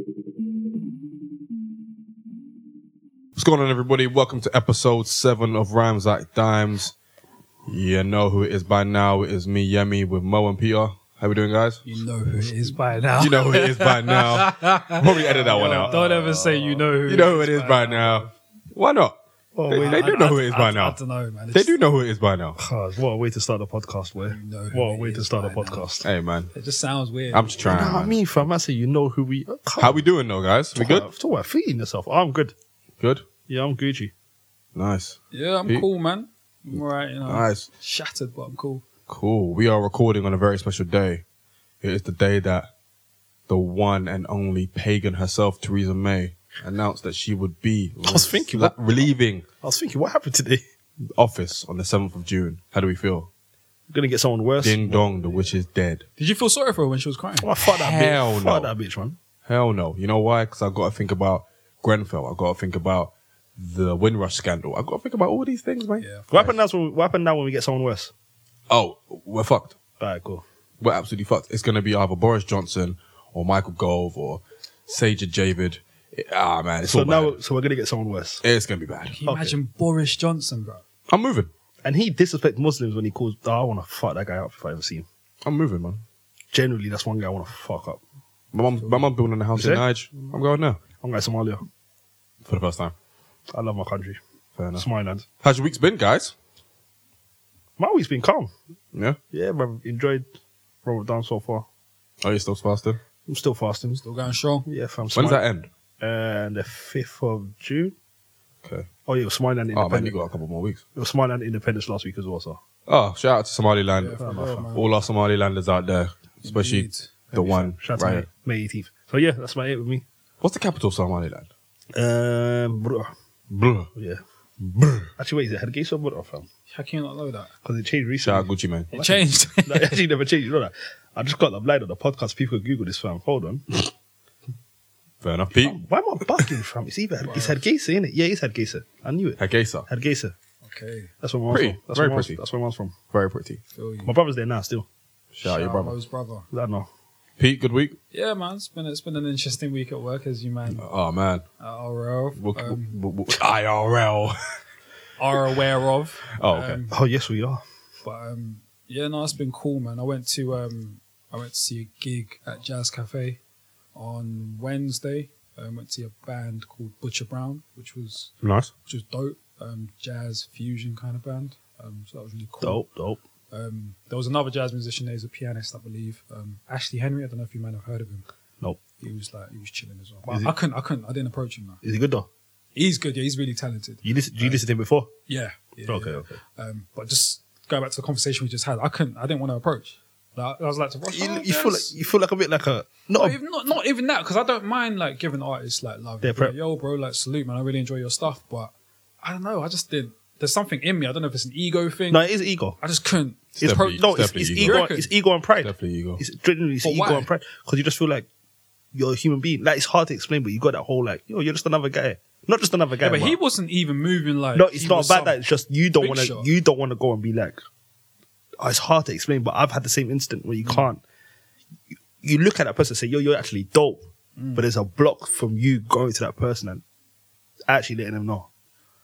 What's going on, everybody? Welcome to episode seven of Rhymes Like Dimes. You know who it is by now. It is me, Yemi, with Mo and Peter. How we doing, guys? You know who it is by now. You know who it is by now. Probably edit that one out. Don't ever say you know who. You know who it is by now. Why not? Oh, They, they do know who it is by I now. don't know, man. They do know who it is by now. God, ah, what a way to start a podcast, boy. know who what a it way to is start a by now. podcast. Hey, man. It just sounds weird. I'm just You know what I trying. man. mean, fam? I say you know who we. How we doing, though, guys? We good? Talk about feeding yourself. I'm good. Good. Yeah, I'm Gucci. Nice. yeah, I'm He- cool, man. I'm alright, you know. Nice. Shattered, but I'm cool. Cool. We are recording on a very special day. It is the day that the one and only pagan herself, Theresa May, announced that she would be I was thinking rel- that- relieving I was thinking, what happened today? office on the 7th of June. How do we feel? Gonna get someone worse. Ding dong, the witch is dead. Did you feel sorry for her when she was crying? Oh, fuck that bitch. Hell no. Fuck that bitch, man. Hell no. You know why? Because i got to think about Grenfell. i got to think about the Windrush scandal. i got to think about all these things, mate. Yeah. What happened now? When, what happened now when we get someone worse? Oh, we're fucked. All right, cool. we're absolutely fucked. It's going to be either Boris Johnson or Michael Gove or Saja Javid. Ah, man, it's So all now, bad. so we're gonna get someone worse. It's going to be bad. Can you imagine Boris Johnson, bro? I'm moving. And he disrespects Muslims when he calls. Oh, I want to fuck that guy up if I ever see him. I'm moving, man. Generally, that's one guy I want to fuck up. My mum, my mum building a house You in say? Nige. I'm going now I'm going to Somalia. for the first time. I love my country. Fair enough. It's my land. How's your week's been, guys? My week's been calm. Yeah. Yeah, but I've enjoyed Robert Down so far. Are you still fasting? I'm still fasting. Still going strong. Yeah, fam. When does Somali- that end? And the 5th of June. Okay. Oh, yeah, it was Somaliland Oh man, Independence. you got a couple more weeks. it was Somaliland Independence last week as well, so. Oh, shout out to Somaliland. Yeah, fair enough, man. all our Somalilanders out there, especially Indeed. the one Shout out right. to May 18th. So, yeah, that's my it with me. What's the capital of Somaliland? Um, bro, Blah. yeah. Actually, wait, is it Hargeisa or Bro, fam? How can you not know that? Because it changed recently. Shout out Gucci man. It changed. No, it actually never changed. You know that? I just got the blind on the podcast. People could Google this, fam. Hold on. Fair enough. Pete. Why am I bugging, fam? It's either it's Hargeisa, innit? Yeah, it's Hargeisa. I knew it. Hargeisa. Hargeisa. okay. That's where my Pretty. mom's from. That's Very where my mom's- pretty. That's where my mom's from. Very pretty. Feel you. My brother's there now still. Shout, out your Shout brother. Mo's brother. I don't know. Pete, good week. Yeah, man. It's been it's been an interesting week at work, as you man Oh man, uh, are, We'll- um, we'll- we'll- IRL. are aware of. Oh, okay. Um, Oh yes, we are. But um, yeah, no, it's been cool, man. I went to um, I went to see a gig at Jazz Cafe on Wednesday. I went to see a band called Butcher Brown, which was nice. which was dope. Um, jazz fusion kind of band. Um, so that was really cool. Dope, dope. Um, there was another jazz musician. there, He's a pianist, I believe. Um, Ashley Henry. I don't know if you might have heard of him. Nope. He was like he was chilling as well. Is But he- I couldn't. I couldn't. I didn't approach him. Man. Is he good though? He's good. Yeah, he's really talented. You listen? You listen to him before? Yeah. yeah okay, yeah. okay. Um, but just going back to the conversation we just had, I couldn't, I didn't want to approach. Like, I was like, to Ross, You, oh, you feel like yes. you feel like a bit like a not. not A, even, not, not even that because I don't mind like giving artists like love. Their prep. Like, Yo, bro, like salute, man. I really enjoy your stuff, but I don't know. I just did. There's something in me. I don't know if it's an ego thing. no, it is ego. I just couldn't. It's pro- definitely- no, it's, definitely it's ego. ego. Reckon? It's ego and pride. Definitely ego. It's generally it's But ego why? and pride because you just feel like you're a human being. Like it's hard to explain, but you got that whole like, yo, you're just another guy, not just another guy. Yeah, but he but- wasn't even moving like. no, it's he not was about some- that. It's just you don't big want to. shot. You don't want to go and be like. oh, it's hard to explain, but I've had the same instant where you Mm. can't. you- You look at that person and say, yo, you're actually Mm. dope, but there's a block from you going to that person and actually letting them know.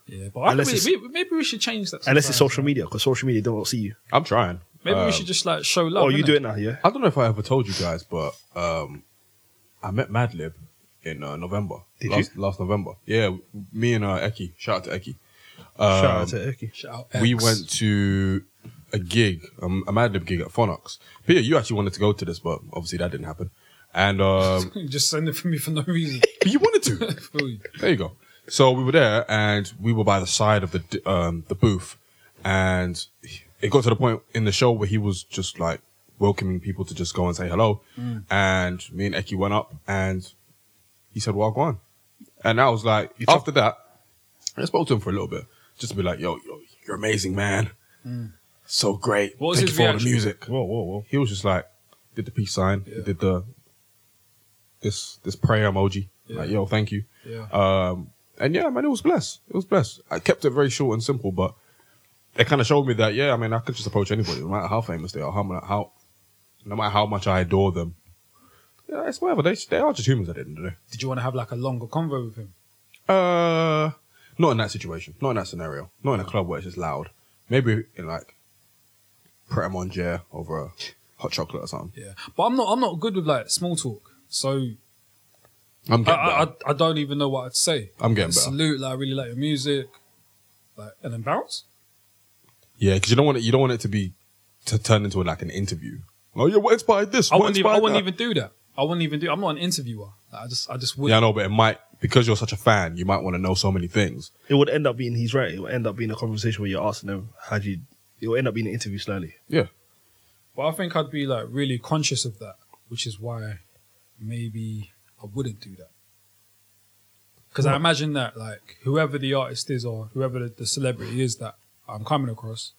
Yeah, but I Unless could it's- really, maybe, maybe we should change that. Unless it's sometimes. social media, because social media don't see you. I'm trying. Maybe Um, we should just like show love. Oh, you innit? do it now, yeah? I don't know if I ever told you guys, but um, I met Madlib in uh, November. Did last, last November. Yeah, me and uh, Eki. Shout out to Eki. Um, Shout out to Erky. Shout out we X. went to a gig, um, a Madlib gig at Phonox. Peter, you actually wanted to go to this, but obviously that didn't happen. And um, just send it for me for no reason. but you wanted to. Feel you. There you go. So we were there, and we were by the side of the d- um, the booth, and it got to the point in the show where he was just like welcoming people to just go and say hello, Mm. and me and Eki went up, and he said "Wagwan," and I was like, after that, I spoke to him for a little bit, just to be like, "Yo, yo you're amazing, man. So great. Mm. What was Thank his you for all the reaction? music." Whoa, whoa, whoa. He was just like, did the peace sign, he Yeah. did the this this prayer emoji, Yeah. like, "Yo, thank you." Yeah. Um, and yeah, man, it was blessed. It was blessed. I kept it very short and simple, but it kind of showed me that yeah, I mean, I could just approach anybody, no matter how famous they are, how mu- how no matter how much I adore them. Yeah, it's whatever. They they are just humans at the end of the day. Did you want to have like a longer convo with him? Uh, not in that situation. Not in that scenario. Not in a club where it's just loud. Maybe in like Pret a Manger over a hot chocolate or something. Yeah, but I'm not. I'm not good with like small talk. So I, I'm getting I, better. I, I don't even know what I'd say. I, am getting better. Salute, like I really like your music, like and then bounce. Yeah, because you don't want it. You don't want it to be to turn into like an interview. Oh, yeah, what inspired this? I What wouldn't even. I inspired wouldn't that? even do that. I wouldn't even do. I'm not an interviewer. Like, I just. I just Yeah, I wouldn't. know, but it might because you're such a fan, you might want to know so many things. It would end up being, he's right, it would end up being a conversation where you're asking them, how do you, it will end up being an interview slowly. Yeah, But I think I'd be like really conscious of that, which is why maybe I wouldn't do that. Because I imagine that like whoever the artist is or whoever the, the celebrity is that I'm coming across,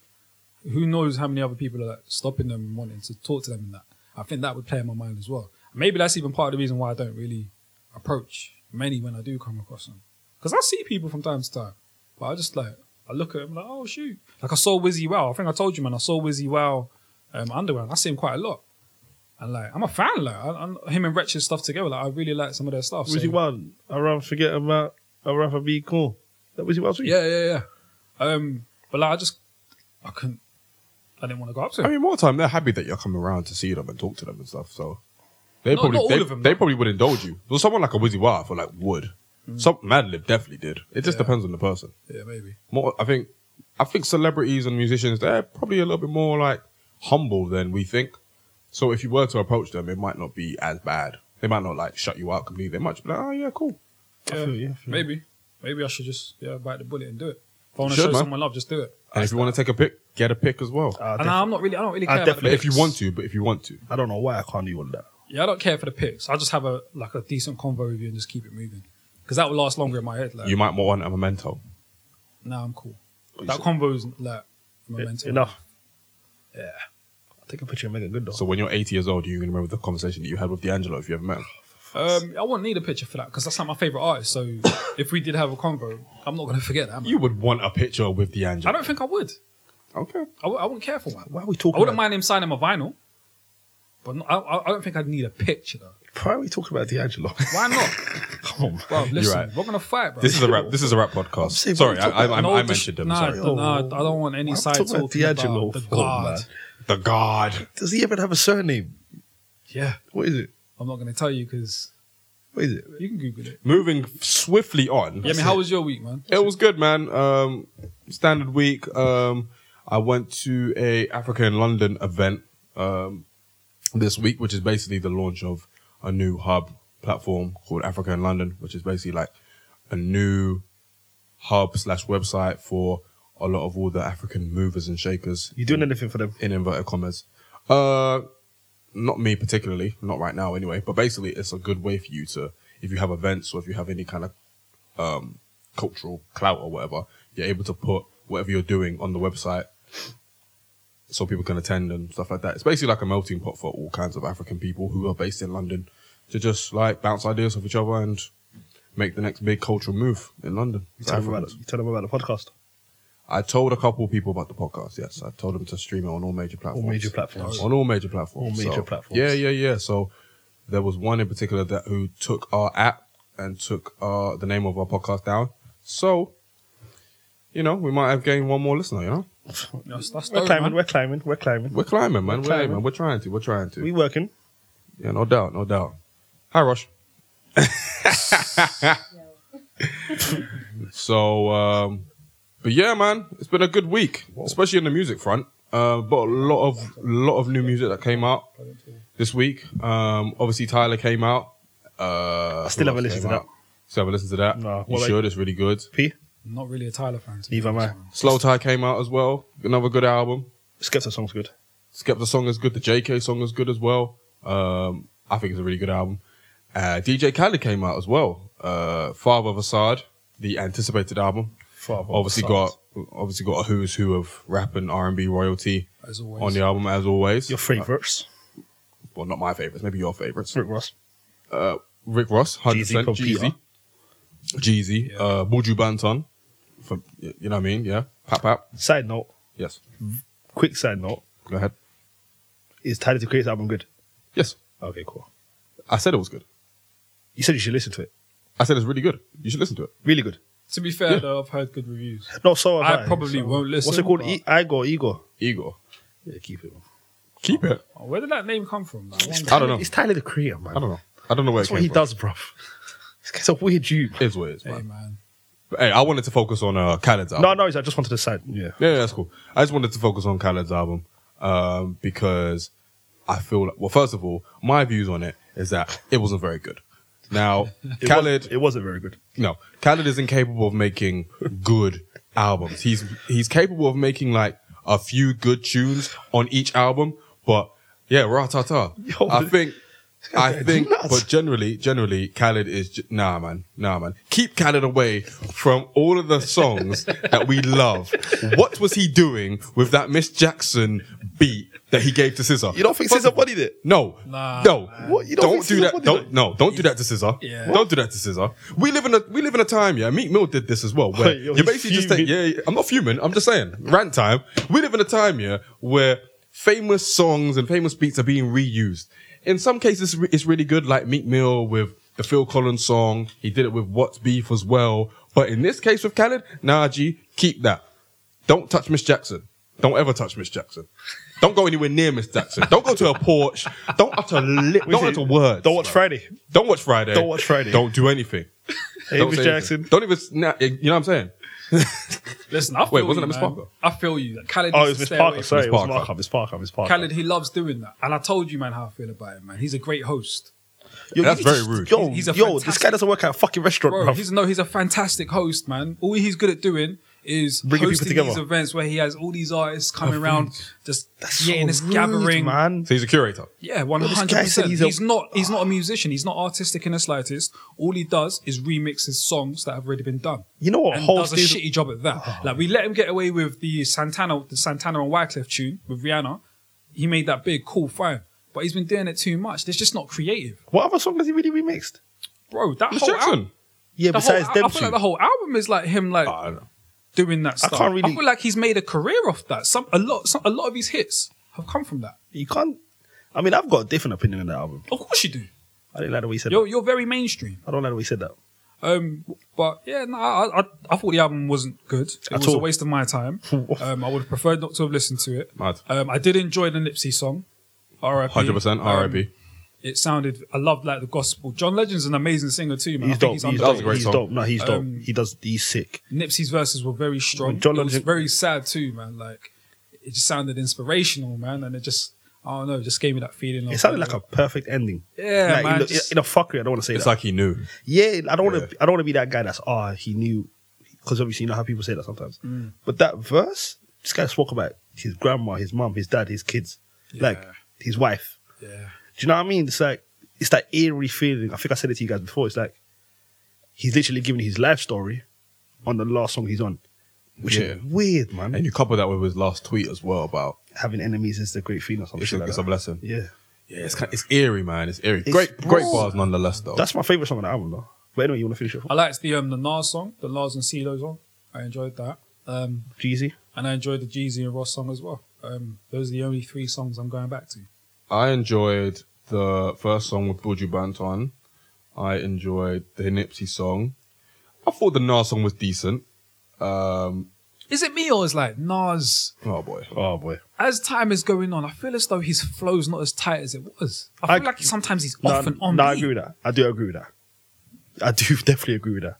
who knows how many other people are like, stopping them and wanting to talk to them and that. I think that would play in my mind as well. Maybe that's even part of the reason why I don't really approach many when I do come across them. Because I see people from time to time, but I just like I look at them like oh shoot, like I saw Wizzy Wow. I think I told you man, I saw Wizzy Wow um, Underground. I see him quite a lot, and like I'm a fan. Like I, i him and Wretched stuff together. Like I really like some of their stuff. Wizzy so- Wild, I'd rather forget about, I'd rather be cool. That Wizzy Wild Yeah, yeah, yeah. Um, but like I just I couldn't. I didn't want to go up to I him. mean, more time they're happy that you're coming around to see them and talk to them and stuff. So they Not- probably not all they, of them, they though. probably would indulge you. Well, someone like a Wizzy Wild, I feel like would. Some Madlib definitely did. It just Mm. Yeah. depends on the person. yeah, maybe. More, I think, I think celebrities and musicians they're probably a little bit more like humble than we think. So if you were to approach them, it might not be as bad. They might not like shut you out completely. They might just be like, oh yeah, cool. Yeah, feel you, I feel you. maybe. Maybe I should just yeah bite the bullet and do it. If I want to should, show man. someone love, just do it. And if you want to take a pic, get a pic as well. Uh, and I'm not really. I don't really care. I About the But definitely- if you pics. want to, but if you want to, I don't know why I can't do all of that. yeah, I don't care for the pics. I just have a like a decent convo with you and just keep it moving because that will last longer in my head. Like you might want a memento. now I'm cool. That convo is like momentum. Enough. Yeah. I think a picture of Megan Good though. So when you're 80 years old, you can remember the conversation that you had with D'Angelo if you ever met him. Um, I wouldn't need a picture for that because that's not my favorite artist. So if we did have a convo, I'm not going to forget that. am I? You would want a picture with I D'Angelo. don't think I would. Okay. I w- I wouldn't care for one. why are we I talking wouldn't about mind him signing my vinyl, but no, I, I I don't think I'd need a picture though. why are we talking about D'Angelo? Why not? Come on. Bro, listen, right. we're going to fight, bro. This is a rap. This is a rap podcast. saying, Sorry, what are you I, I, I, No I dis- mentioned him. Nah, sorry. nah, I don't want any Why are we side talking talking about about, D'Angelo the for, God. man? The God. Does he even have a surname? Yeah, What is it? I'm not going to tell you because What is it? you can Google it. Moving swiftly on. Yeah, I mean, how was your week, man? it was good, man. Um, standard week. Um, I went to a Africa in London event um, this week, which is basically the launch of a new hub platform called Africa in London, which is basically like a new hub slash website for a lot of all the African movers and shakers You doing anything for them? in inverted commas. Uh, not me particularly, not right now anyway. But basically, it's a good way for you to, if you have events or if you have any kind of um, cultural clout or whatever, you're able to put whatever you're doing on the website so people can attend and stuff like that. It's basically like a melting pot for all kinds of African people who are based in London to just like bounce ideas off each other and make the next big cultural move in London. You tell, them about, you tell them about the podcast. I told a couple of people about the podcast. Yes, I told them to stream it on all major platforms. major platforms. On all major platforms. All major So, platforms. Yeah, yeah, yeah. So there was one in particular that who took our app and took uh, the name of our podcast down. So you know, we might have gained one more listener, you know? That's, that's We're dope, climbing, man. we're climbing, we're climbing. We're climbing, man. We're, Climbing. aiming. We're trying to. We're trying to. We working. yeah, no doubt. No doubt. Hi, Rosh. so, um, but yeah, man, it's been a good week, especially in the music front. Uh, but a lot of lot of new music that came out this week. Um, obviously, Tyler came out. Uh, I still who haven't else listened to came that. out? Still haven't listened to that. No. you Well, like- should. It's really good. P. I'm not really a Tyler fan. to be Neither am honest, I. man. Slow Tie came out as well. Another good album. Skepta song's good. Skepta song is good. The JK song is good as well. Um, I think it's a really good album. Uh, DJ Khaled came out as well. Uh, Father of Assad, the anticipated album. Father of obviously Assad. got obviously got a who's who of rap and R and B royalty As always. on the album as always. Your favourites. well, not my favorites, maybe your favorites. Rick Ross. Uh, Rick Ross, hundred percent. Jeezy from Jeezy, Jeezy, Yeah. uh, Buju Banton, from you know what I mean? Yeah, Pap Pap. Side note, Yes, quick side note. go ahead. Is Tyler the Creator's album good? Yes, Okay, cool. I said it was good. You said you should listen to it. I said it's really good. You should listen to it. Really good. To be fair, though, I've heard good reviews. No, so have I probably so- won't listen, What's it called? but- E- Igor, Igor. Igor, Yeah, keep it. keep it. Oh, where did that name come from? Man? I wonder. I don't know. It's Tyler the Creator, man. I don't know. I don't know where That's it came what he from. does, bruv. This guy's a weird dude. It is what it is, Hey, man. man. But hey, I wanted to focus on uh, Khaled's album. No, no, I just wanted to side. Yeah. Yeah, yeah, that's cool. I just wanted to focus on Khaled's album um, because I feel like, well, first of all, my views on it is that it wasn't very good. Now, It Khaled, Was, it wasn't very good. no, Khaled is incapable of making good albums. He's he's capable of making like a few good tunes on each album, but yeah, ratata. Yo, I this think. I guy's think, nuts. but generally, generally, Khaled is j- nah, man, nah, man. Keep Khaled away from all of the songs that we love. What was he doing with that Miss Jackson beat that he gave to Scissor? You don't think Scissor bodied it? No, Nah, no, man. What? You don't don't, think do Scissor that. would Don't do it? no, don't do that to Scissor. Yeah. Don't do that to Scissor. We live in a we live in a time. Yeah, Meek Mill did this as well. Where Yo, you he's basically just take. fuming. Yeah, yeah, I'm not fuming. I'm just saying rant time. We live in a time yeah where famous songs and famous beats are being reused. In some cases, re- it's really good, like Meek Mill with the Phil Collins song. He did it with What's Beef as well. But in this case with Khaled, nah, G, keep that. Don't touch Miss Jackson. Don't ever touch Miss Jackson. Don't go anywhere near Miss Jackson. Don't go to a porch. Don't utter lip. Don't said- utter words. Don't watch bro. Friday. Don't watch Friday. Don't watch Friday. Don't do anything. Hey, Don't Miss say Jackson. anything. Don't even. Nah, you know what I'm saying? Listen, I feel Wait, you, wasn't that Miss man. Parker? I feel you. Khaled Oh, needs it was to Miss stay Parker. away from Sorry, Miss it was Parker. Marker. Miss Parker. Miss Parker. Khaled, he loves doing that. And I told you, man, how I feel about him, man. He's a great host. Yo, That's you very just- rude. Yo, He's- he's a yo, this guy fantastic- doesn't work at a fucking restaurant, Bro, bro. he's no, he's a fantastic host, man. All he's good at doing is Bringing people hosting together. these events where he has all these artists coming around, just So yeah, in this rude, gathering. man. So he's a curator. Yeah, one this guy hundred said percent. he's a- He's not. He's not a musician. He's not artistic in the slightest. All he does is remixes songs that have already been done. You know what? Oh. and Host does a is- shitty job at that. Like we let him get away with the Santana, the Santana and Wyclef tune with Rihanna. He made that big, cool, fine. But he's been doing it too much. It's just not creative, What other song has he really remixed? bro. That Miss whole Jackson. album, Yeah, the whole, besides I, them I feel two. like the whole album is like him, like Ah, I don't know. doing that stuff. I, can't really- feel like he's made a career off that. Some a lot, some, a lot of his hits have come from that. you can't. I mean, I've got a different opinion on that album. Of course you do. I didn't like the way he said You're that. you're very mainstream. I don't like the way he said that. Um, but yeah, no, I, I I thought the album wasn't good. It At was all. a waste of my time. Um, I would have preferred not to have listened to it. Mad. Um, I did enjoy the Nipsey song. R.I.P. Hundred percent. Um, R.I.P. it sounded. I loved like the gospel. John Legend's an amazing singer too, man. He's I think dope. He's, he's That dope. was a underrated. great he's song. dope. No, he's dope. Um, he does. He's sick. Nipsey's verses were very strong. John it was Legend- very sad too, man. Like it just sounded inspirational, man, and it just. I don't know. it Just gave me that feeling. of- It sounded like a perfect ending. Yeah, like, man, in, the, just- in a fuckery. I don't want to say It's that. like he knew. yeah, I don't want to. Yeah. I don't want to be that guy that's ah. he knew because obviously you know how people say that sometimes. Mm. But that verse, this guy spoke about his grandma, his mom, his dad, his kids, like Yeah. his wife. Yeah. Do you know what I mean? It's like it's that eerie feeling. I think I said it to you guys before. It's like he's literally giving his life story on the last song he's on, which Yeah. is weird, man. And you couple that with his last tweet as well about Having enemies is the great thing or something. it's, a, like it's that. a blessing. yeah, Yeah, it's kind it's eerie, man. It's eerie. It's great, great broad. bars nonetheless, though. that's my favorite song on the album, though. But anyway, you want to finish it? I liked the um the Nas song, the Nas and CeeLo song. I enjoyed that. Um, Jeezy. and I enjoyed the Jeezy and Ross song as well. Um, those are the only three songs I'm going back to. I enjoyed the first song with Buju Banton. I enjoyed the Nipsey song. I thought the Nas song was decent. Um, Is it me or is like Nas? Oh boy. Oh boy. As time is going on, I feel as though his flow's not as tight as it was. I I- feel like sometimes he's No, off and on. no, I beat. agree with that. I do agree with that. I do definitely agree with that.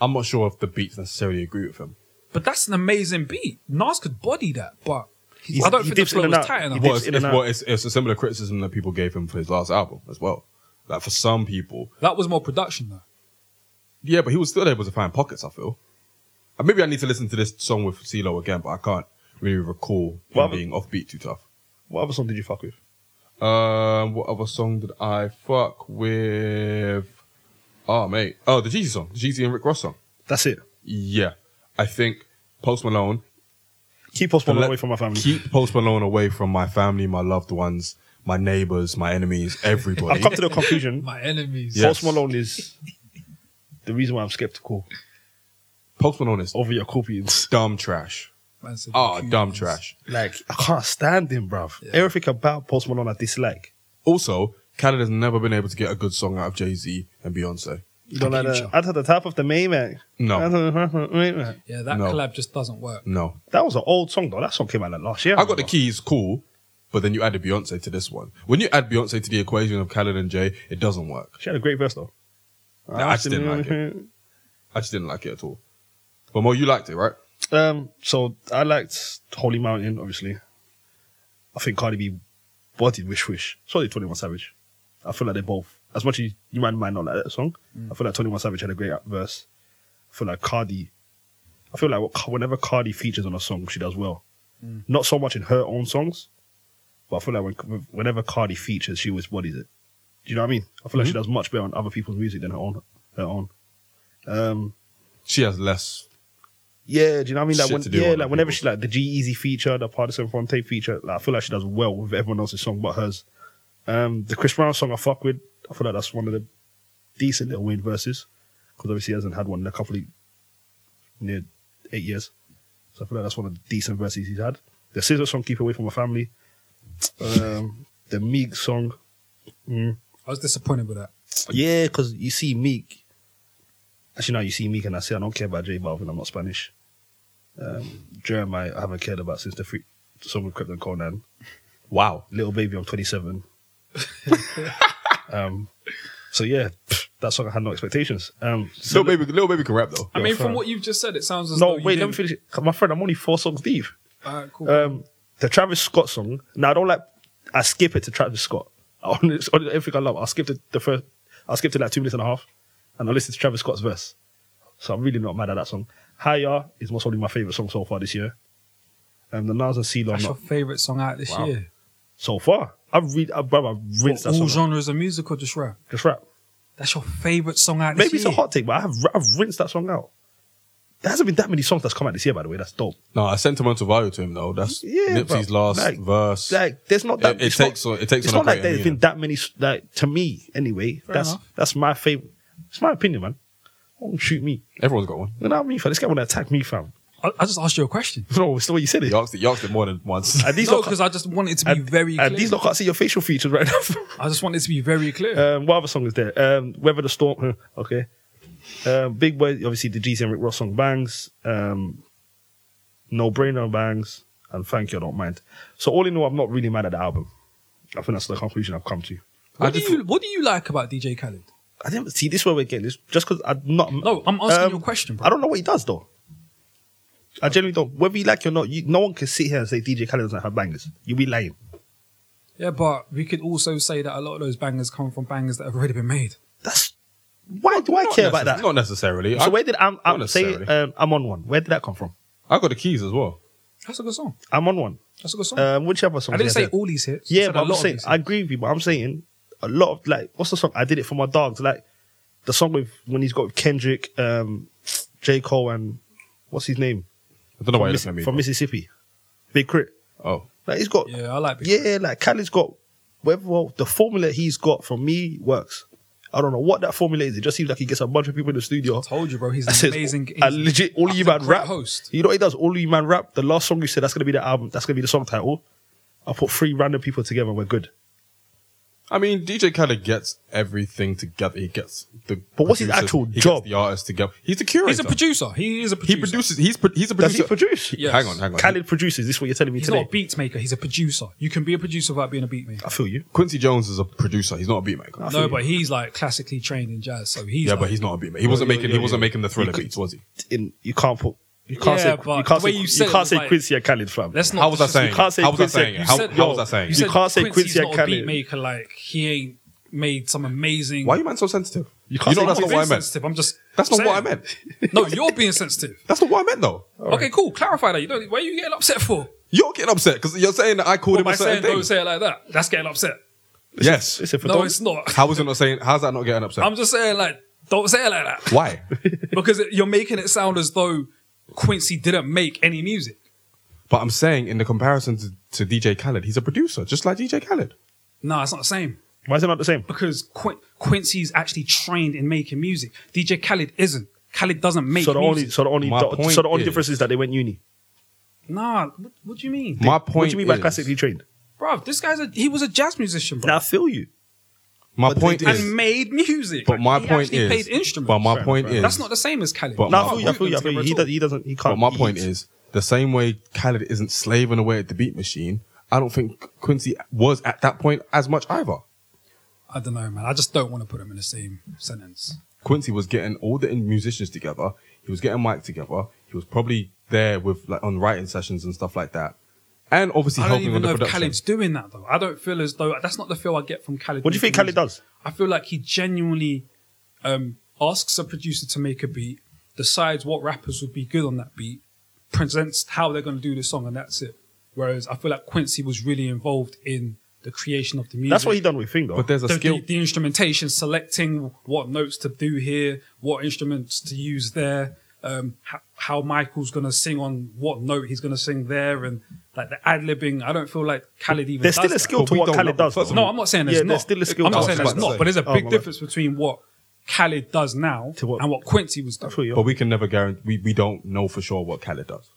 I'm not sure if the beats necessarily agree with him. But that's an amazing beat. Nas could body that, but he- He's- I don't he think the dips in flow and was out. tight He enough. Well, dips it's, in it's, and well out. it's, it's a similar criticism that people gave him for his last album as well. Like for some people, That was more production though. yeah, but he was still able to find pockets. I feel. And maybe I need to listen to this song with CeeLo again, but I can't really recall him Well, being offbeat too tough. What other song did you fuck with? Um, what other song did I fuck with? Oh mate, oh the Jeezy song, the Jeezy and Rick Ross song. That's it. Yeah, I think Post Malone. Keep Post Malone Let- away from my family. Keep Post Malone away from my family, my loved ones, my neighbors, my enemies, everybody. I've come to the conclusion. My enemies. Yeah. Post Malone is the reason why I'm skeptical Post Malone is over your Corpians. dumb trash. Man said Ah, Cubans. dumb trash. Like I can't stand him, bruv. Everything about Post Malone I dislike. Also, Canada's never been able to get a good song out of Jay Z and Beyonce. You don't like Future. that. At the top of the main man. At No, the top of the main man. Yeah, that No. collab just doesn't work. no. That was an old song though. That song came out like last year. I got the keys, cool, but then you added Beyonce to this one. When you add Beyonce to the equation of Canada and Jay, it doesn't work. She had a great verse though. I just didn't like it. I just didn't like it at all. But Mo, you liked it, right? Um, so I liked Holy Mountain, obviously. I think Cardi B bodied Wish Wish. So did 21 Savage. I feel like they both, as much as you might, might not like that song, I feel like 21 Savage had a great verse. I feel like Cardi, I feel like what- whenever Cardi features on a song, she does well. Not so much in her own songs, but I feel like when, whenever Cardi features, she always bodies it. Do you know what I mean? I feel like she does much better on other people's music than her own. Her own. Um, She has less. yeah, do you know what I mean? Like Shit when, to do yeah, on like the whenever people. she like the G Easy feature, the Partisan Fonte feature, like, I feel like she does well with everyone else's song but hers. Um, the Chris Brown song I fuck with, I feel like that's one of the decent little Wayne verses because obviously he hasn't had one in a couple of near eight years, so I feel like that's one of the decent verses he's had. The Scissor song, Keep Away from My Family, um, the Meek song, mm. I was disappointed with that. yeah, because you see Meek. Actually, now you see Meek, and I say I don't care about J Balvin. I'm not Spanish. Um, Jeremiah, I haven't cared about since the free song with Krypton Conan. Wow. Little baby, I'm 27. um, so yeah, pff, that song I had no expectations. Um, so Little baby, little baby can rap though. I mean, fair. from what you've just said, it sounds as no, though you wait, let me didn't- finish. it. 'Cause My friend, I'm only four songs deep. Alright, cool. Um, the Travis Scott song. Now I don't like. I skip it to Travis Scott. On, on everything I love, I skip the, the first. I skip to like two minutes and a half, and I listen to Travis Scott's verse. So I'm really not mad at that song. Higher is most probably my favorite song so far this year. Um, the Nas and CeeLo, That's I'm your not favorite song out this year. so far. I've read, I've, I've rinsed that all song. out. genres of music or just rap? Just rap. That's your favorite song out this Maybe it's year. a hot take, but I have, I've rinsed that song out. There hasn't been that many songs that's come out this year, by the way. That's dope. No, a sentimental value to him though. That's Yeah, Nipsey's bro. last Like- verse. Like, there's not that. It- it it's takes not, on- it takes It's on a not like greater there's meaning. been that many. s- Like to me, anyway. that's enough. that's my favorite. It's my opinion, man. Don't shoot me. Everyone's got one. You know what I mean, fam? This guy want to attack me, fam. I, I just asked you a question. No, it's the way you said it. You asked it, you asked it more than once. And these no, lot because I just want it to be and- very clear. and these lot can't see your facial features right now. fam. I just want it to be very clear. um, what other song is there? Um, Weather the storm. huh, Okay. Um, Big boy, obviously the GC and Rick Ross song bangs. Um, no brainer bangs, and thank you, I don't mind. So all in all, I'm not really mad at the album. I think that's the conclusion I've come to. what, I just- do you, what do you like about DJ Khaled? I didn't see this is where we're getting this just because I'm not. um, No, I'm asking you a question, bro. I don't know what he does though. I genuinely don't. Whether you like it or not, you, no one can sit here and say DJ Khaled doesn't have bangers. You'll be lying. Yeah, but we could also say that a lot of those bangers come from bangers that have already been made. That's why do I care about that? Not necessarily. I, so where did I'm, I'm Not say necessarily. um, I'm on one? Where did that come from? I got the keys as well. That's a good song. I'm on one. That's a good song. Um, whichever song. I didn't he say had. all these hits. I Yeah, said but a lot I'm not of saying these I hits. agree with you. But I'm saying a lot of like what's the song? I did it for my dogs. Like the song with when he's got Kendrick, um, J Cole, and what's his name I don't know why you're Miss- looking at me. from bro. Mississippi, Big Crit. Oh, Like he's got Yeah, I like Big yeah, like Khaled's got whatever well, the formula he's got for me works. I don't know what that formula is. It just seems like he gets a bunch of people in the studio. Told you, bro. He's and an says, amazing. I he's- legit all he's you a man great rap. host. You know what he does? All you man rap. The last song you said that's gonna be the album. That's gonna be the song title. I put three random people together and we're good. I mean, DJ Khaled gets everything together. He gets the But what's his producers, actual he gets job? the artists together. He's the curator. He's a producer. He is a He producer. produces. He's pro- he's a Does producer. he produce? Yeah. Yes. Hang on, hang on. Khaled produces. This is what you're telling me He's today. not a beat maker. He's a producer. You can be a producer without being a beat maker. I feel you. Quincy Jones is a producer. He's not a beat maker. No, but he's like classically trained in jazz, so he's yeah, like, but he's not a beat maker. He wasn't yeah, making. yeah, he wasn't making the thriller beats, was he? In, you can't put. You can't Yeah, say. but You can't the way say. you You, said it can't was say like- Quincy and Khaled, fam. let's not. How was I disrespect- saying? you can't say How was I Quincy- saying? you it? How, said- how was I yo, saying? You it? said can't say Quincy's Quincy and not a Khaled. beat maker. Like he ain't made some amazing. Why are you man so sensitive? You, can't know say that's I'm not being what I meant. sensitive. I'm just. That's not what I saying. meant. No, you're being sensitive. That's not what I meant though. Okay, cool. Clarify that. You don't. Why are you getting upset for? You're getting upset because you're saying that I called him By a certain saying thing. don't say it like that. That's getting upset. yes. Listen, for No, those- it's not. how was it not saying? How's that not getting upset? I'm just saying like don't say it like that. Why? because it- you're making it sound as though Quincy didn't make any music. but I'm saying in the comparison to, to DJ Khaled, he's a producer, just like DJ Khaled. No, it's not the same Why is it not the same? because Quin- Quincy's actually trained in making music. DJ Khaled isn't. Khaled doesn't make So the only, music. so the only, My the, point so the only is- difference is that they went uni. nah, what, what do you mean, My point. What do you mean by is- classically trained? bro? This guy's a he was a jazz musician, bro, Now I feel you. My But they point did. is. and made music. But my He point actually is. played instruments. But my point is. That's not the same as Khaled. But No, my- I feel you. I feel you. I feel you. He, does, he doesn't. He can't. But my he point eats. is, the same way Khaled isn't slaving away at the beat machine, I don't think Quincy was at that point as much either. I don't know, man. I just don't want to put him in the same sentence. Quincy was getting all the musicians together. He was getting Mike together. He was probably there with like on writing sessions and stuff like that, and obviously I don't helping even with know the if production. Khaled's doing that though. I don't feel as though that's not the feel I get from Khaled. What do you think making Khaled music. does? I feel like he genuinely um, asks a producer to make a beat, decides what rappers would be good on that beat, presents how they're going to do the song, and that's it. Whereas I feel like Quincy was really involved in the creation of the music. That's what he done with Thing though. but there's a the, skill. the, the instrumentation, selecting what notes to do here, what instruments to use there, um, how, how Michael's going to sing on what note he's going to sing there, and like the ad libbing. I don't feel like Khaled even there's does still a that. skill But to we what don't Khaled know. does. though. No, I'm not saying there's Yeah, not. there's still a skill I'm to not what saying I was there's about not, to but there's a say. big Oh, my bad. difference between what Khaled does now To what- and what Quincy was I doing. feel you. But we can never guarantee. We, we don't know for sure what Khaled does.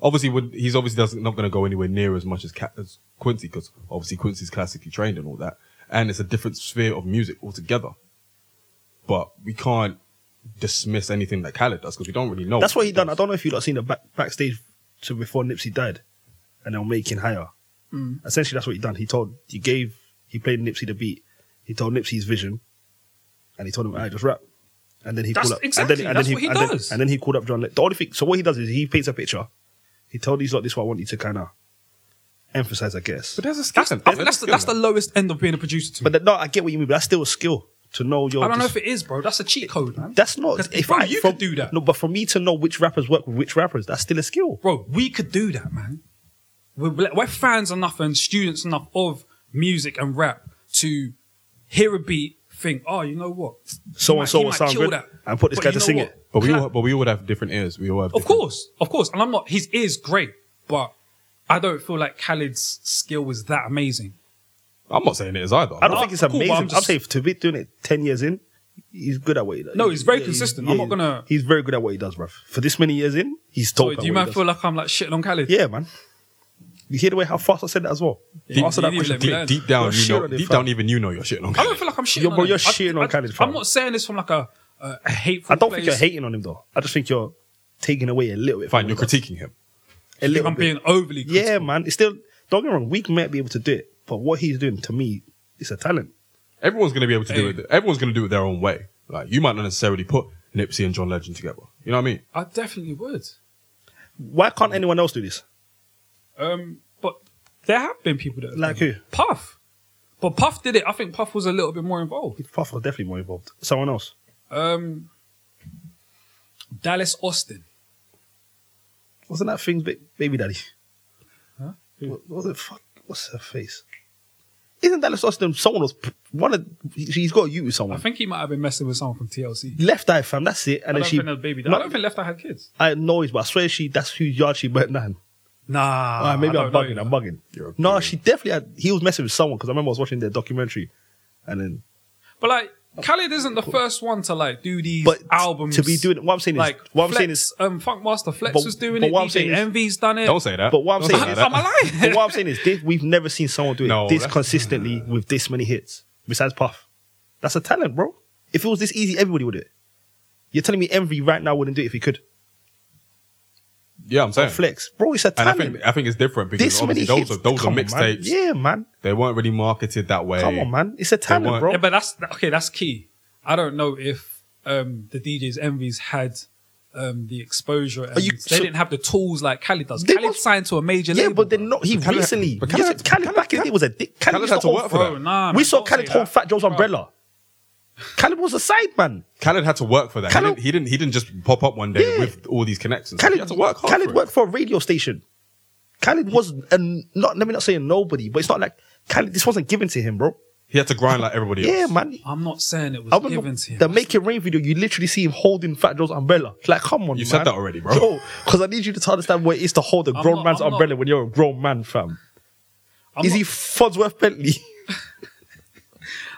Obviously, when, he's obviously doesn't, not going to go anywhere near as much as, Ca- as Quincy because obviously Quincy's classically trained and all that, and it's a different sphere of music altogether. But we can't dismiss anything that Khaled does because we don't really Oh. know. That's what he done. I don't know if you lot seen the back, backstage to before Nipsey died, and they were making higher. Hmm. Essentially, that's what he done. He told he gave he played Nipsey the beat. He told Nipsey his vision, and he told him, "I just rap." And then he That's called up. exactly- and then, that's and then what he and then- does. and then he called up John. Le- the only thing. So what he does is he paints a picture. He told these lot this is what I want you to kind of emphasize, I guess. But But, there's a skill. That's, I think that's, the, that's the lowest end of being a producer to me. that- no, I get what you mean. But that's still a skill to know your. I don't know dis- if it is, bro. That's a cheat code, man. that's not. 'Cause, If bro, I, you from- could do that. No, but for me to know which rappers work with which rappers, that's still a skill. bro, we could do that, man. We're, we're fans enough and students enough of music and rap to hear a beat, think, oh, you know what? So He and so might- he will might sound kill good, and put this But guy you to know sing what? it. But we Clap. all, but we all have different ears. We all have. of different- course, of course. And I'm not. His is great, but I don't feel like Khaled's skill was that amazing. I'm not saying it is either. I don't Oh, think it's cool, but I'm amazing. I'm, just- saying to be doing it ten years in, he's good at what he does. No, he's very consistent. I'm not gonna- He's very good at what he does, bruv. For this many years in, he's So top. do you man feel like I'm like shitting on Khaled? Yeah, man. You hear the way how fast I said that as well. Deep- Answer that you didn't question. let me know. deep, deep down, You're you know. shitting on it, Deep fam. down, even you know you're shitting on I Khaled. don't feel like I'm shitting. Yo, bro, on him. you're I- shitting on I- Khaled, fam. I'm not saying this from like a, a a hateful. I don't think you're place. hating on him though. I just think you're taking away a little bit. Fine, from you're what he does. critiquing him. A I think little I'm bit. being overly. critical. Yeah, man. It's still. Don't get me wrong. We might be able to do it, but what he's doing to me, it's a talent. Everyone's going to be able to do Hey. it. Everyone's going to do it their own way. Like you might not necessarily put Nipsey and John Legend together. You know what I mean? I definitely would. Why can't anyone else do this? Um, but there have been people that have Like done who? it. Puff. But Puff did it. I think Puff was a little bit more involved. Puff was definitely more involved. Someone else. Um, Dallas Austin. Wasn't that thing's ba- baby daddy? Huh? What, what the fuck? What's her face? Isn't Dallas Austin? Someone was p- one of he's got you with I someone. think he might have been messing with someone from TLC. Left eye fam, that's it. I don't And then she. think that was baby. Dad. I No, don't think Left Eye had kids. I know it, but I swear she. That's who yard she burnt down. Nah. Alright, maybe I I'm don't bugging. know. I'm bugging. You're a No, fool. she definitely had. He was messing with someone because I remember I was watching their documentary, and then But like, Khaled isn't the first one to like do these But albums. to be doing what I'm saying is like what I'm Flex, saying is um, Funk Master Flex but- was doing but it. what I'm DJ saying is- Envy's done it. Don't say that. But what I'm Don't saying say is- that. I'm alive. but what I'm saying is this, we've never seen someone do it No, this that's- consistently with this many hits besides Puff. That's a talent, bro. If it was this easy, everybody would do it. You're telling me Envy right now wouldn't do it if he could. Yeah, I'm saying. Flex, bro, it's a And I talent. think I think it's different because this many obviously those hits. are those are Come on, man. mixtapes. Yeah, man. They weren't really marketed that way. Come on, man. It's a talent, weren't- bro. Yeah, but that's okay. That's key. I don't know if um, the DJs Envy's had um, the exposure. And you- they so- didn't have the tools like Khaled does. They Khaled was- signed to a major Yeah, label. but bro. then not he Khaled- recently. but But Khaled, Khaled- Khaled, back in the day was a dick. Khaled, Khaled used had to to hold- work for Bro, that. nah, we man, saw don't say Khaled hold that. Fat Joe's Bro, umbrella. Khaled was a side man. Khaled had to work for that. Khaled- he, didn't, he didn't. He didn't just pop up one day Yeah. with all these connections. Khaled he had to work hard. Khaled for it. worked for a radio station. Khaled was and not let me not say a nobody, but it's not like Khaled. This wasn't given to him, bro. He had to grind like everybody Yeah, else. man. I'm not saying it I was remember given to him. the Make It Rain video. You literally see him holding Fat Joe's umbrella. Like, come on, You man. said that already, bro. because I need you to understand what it is to hold a I'm grown not- man's I'm not- umbrella when you're a grown man, fam. I'm is not, he Fodsworth Bentley?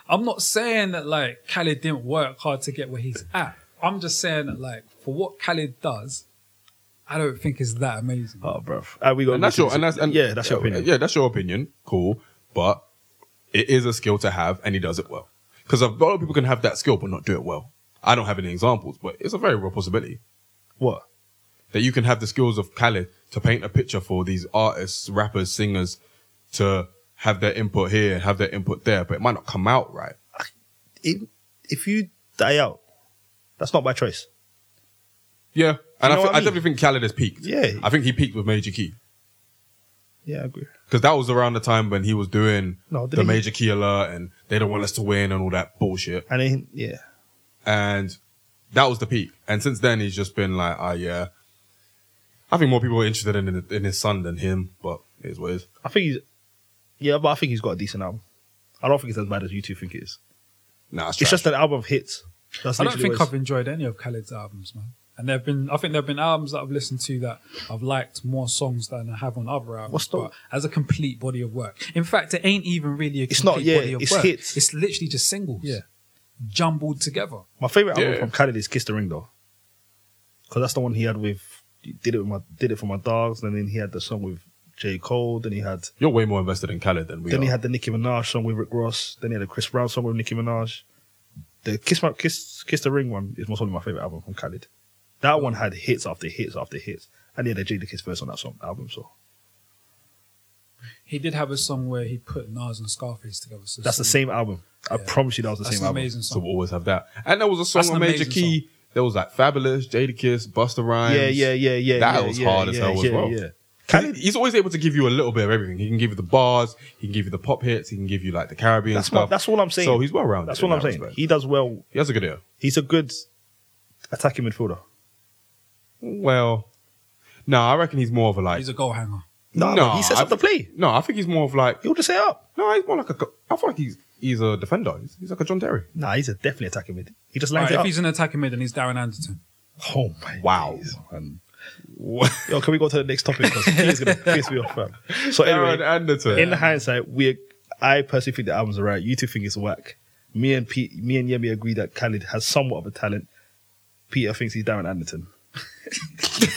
I'm not saying that like Khaled didn't work hard to get where he's at. I'm just saying that like for what Khaled does, I don't think is that amazing. oh, bro. Uh, we got and that's your and that's and yeah, that's your opinion. Yeah, that's your opinion. Cool, but it is a skill to have, and he does it well. Because a lot of people can have that skill but not do it well. I don't have any examples, but it's a very real possibility What? that you can have the skills of Khaled to paint a picture for these artists, rappers, singers to have their input here and have their input there, but it might not come out right. If, if you die out, that's not by choice. Yeah, and I, know thi- what I I, mean? definitely think Khaled has peaked. Yeah. I think he peaked with Major Key. Yeah, I agree. Because that was around the time when he was doing No, the didn't he- major key alert and they don't want us to win and all that bullshit. And then, yeah. And that was the peak. And since then, he's just been like, ah, yeah. I think more people are interested in, in his son than him, but it is what it is. I think he's, yeah, but I think he's got a decent album. I don't think it's as bad as you two think it is. Nah, it's, just It's just an album of hits. That's I don't literally think what I've enjoyed any of Khaled's albums, man. And there've been, I think there've been albums that I've listened to that I've liked more songs than I have on other albums. What's the- but as a complete body of work, in fact, it ain't even really a complete It's not, yeah, body of it's work. hits. It's literally just singles, Yeah. jumbled together. My favorite album Yeah. from Khaled is Kiss the Ring though, because that's the one he had with he did it with my did it for my dogs, and then he had the song with J Cole, then he had you're way more invested in Khaled than we then are. he had the Nicki Minaj song with Rick Ross, then he had a Chris Brown song with Nicki Minaj. The Kiss my Kiss Kiss the Ring one is most probably my favorite album from Khaled. That one had hits after hits after hits, and he had a Jada Kiss verse on that song album. So He did have a song where he put Nas and Scarface together. So that's the so- same album. I Yeah. promise you that was the That's same an album. amazing so song. we'll always have that. And there was a song That's an on Major amazing Key. There was like Fabulous, Jadakiss, Buster Rhymes. Yeah, yeah, yeah, yeah. That yeah, was yeah, hard yeah, as hell as yeah, well. Yeah. Khaled, he's always able to give you a little bit of everything. He can give you the bars, he can give you the pop hits, he can give you like the Caribbean That's, stuff. my, that's all I'm saying. So he's well rounded. That's all I'm saying. He does well. He has a good ear. He's a good attacking midfielder. Well, no, I reckon he's more of a like. He's a goal hanger. No, No, he sets I up the play. no, I think he's more of like. He'll just set up. No, he's more like a. go- I feel like he's he's a defender. He's, he's like a John Terry. Nah, he's a definitely attacking mid. He just All lines right, if it he's an attacking mid, then he's Darren Anderton. up. Oh my. Wow. days, man. Yo, can we go to the next topic? Because he's gonna piss me off, fam. So anyway, Aaron Anderton. in hindsight, we I personally think the album's alright. You two think it's whack. Me and Pete, me and Yemi agree that Khalid has somewhat of a talent. Peter thinks he's Darren Anderton. that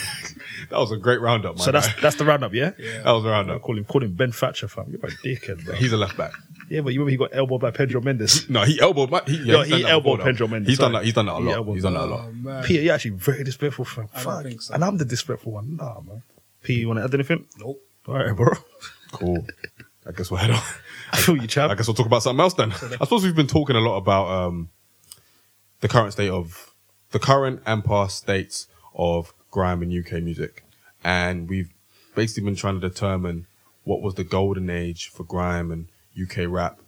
was a great roundup, man. So that's that's the roundup, yeah? that was a I roundup. call him call him Ben Thatcher, fam. You're a dickhead, bro. He's a left back. yeah, but you remember he got elbowed by Pedro Mendes. No, he elbowed. my- He, yeah, Yo, he's done he that before, elbowed though. Pedro Mendes, He's done sorry. that. He's done that a He lot. elbowed- He's done that a Oh, lot. man. Peter, you're actually very disrespectful, fam. I don't Fuck. think so. And I'm the disrespectful one. Nah, man. Peter, you want to add anything? Nope. All right, bro. Cool. I guess we'll head on. I feel you, chap. I guess we'll talk about something else then. I suppose we've been talking a lot about um, the current state of the current and past states of grime and UK music, and we've basically been trying to determine what was the golden age for grime and UK rap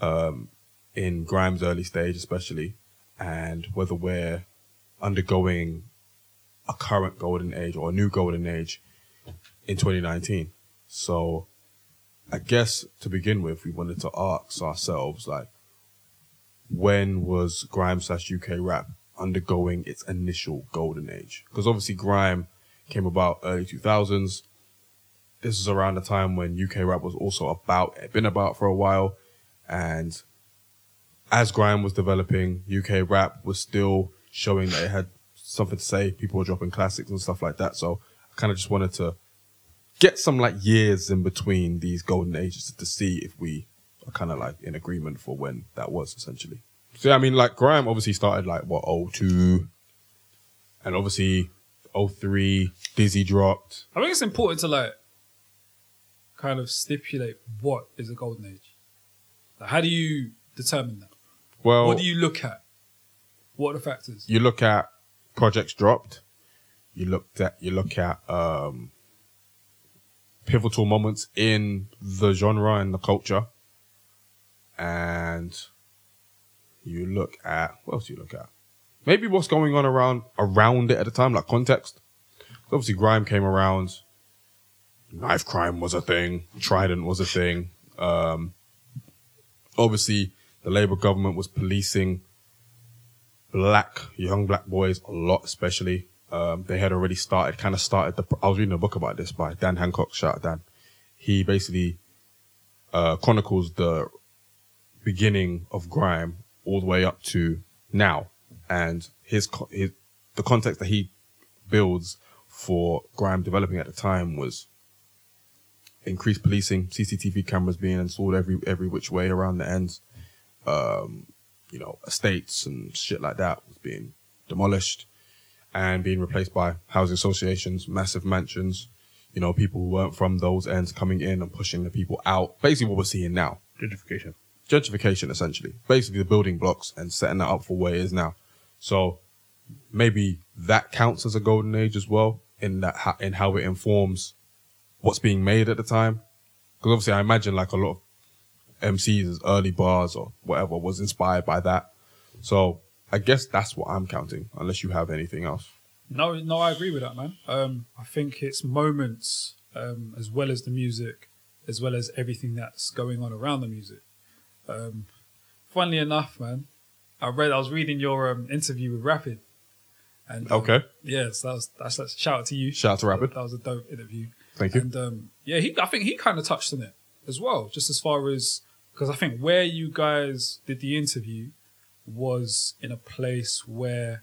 um, in grime's early stage, especially, and whether we're undergoing a current golden age or a new golden age in 2019. So I guess to begin with, we wanted to ask ourselves like, when was grime slash UK rap undergoing its initial golden age? Because obviously, grime came about early two thousands. This is around the time when UK rap was also about it been about for a while, and as grime was developing, UK rap was still showing that it had something to say. People were dropping classics and stuff like that. So I kind of just wanted to get some like years in between these golden ages to see if we are kind of like in agreement for when that was essentially. So yeah, I mean, like grime obviously started like what 02 and obviously 03 Dizzy dropped. I think it's important to like kind of stipulate what is a golden age. Like, how do you determine that? Well, What do you look at? What are the factors? you look at projects dropped. You looked at you look at um, pivotal moments in the genre and the culture, and you look at what else do you look at? Maybe what's going on around around it at the time, like context. Obviously, grime came around. Knife crime was a thing. Trident was a thing. Um, obviously, the Labour government was policing black young black boys a lot, especially. Um, they had already started, kind of started. The, I was reading a book about this by Dan Hancock. Shout out Dan. He basically uh, chronicles the beginning of grime all the way up to now, and his, co- his the context that he builds for grime developing at the time was increased policing, CCTV cameras being installed every every which way around the ends you know, estates and shit like that was being demolished and being replaced by housing associations, massive mansions, you know, people who weren't from those ends coming in and pushing the people out. Basically, what we're seeing now Gentrification. gentrification, essentially. Basically, the building blocks and setting that up for where it is now. So maybe that counts as a golden age as well in that ho- in how it informs what's being made at the time. Because obviously, I imagine like a lot of MCs' early bars or whatever was inspired by that. So I guess that's what I'm counting, unless you have anything else. No, no, I agree with that, man. Um, I think it's moments um, as well as the music, as well as everything that's going on around the music. Um, funnily enough, man, I read I was reading your um, interview with Rapid, and um, Okay, yeah, so that was that's, that's shout out to you. Shout out to Rapid. That was a dope interview. thank you. And um, yeah, he, I think he kind of touched on it as well, just as far as because I think where you guys did the interview was in a place where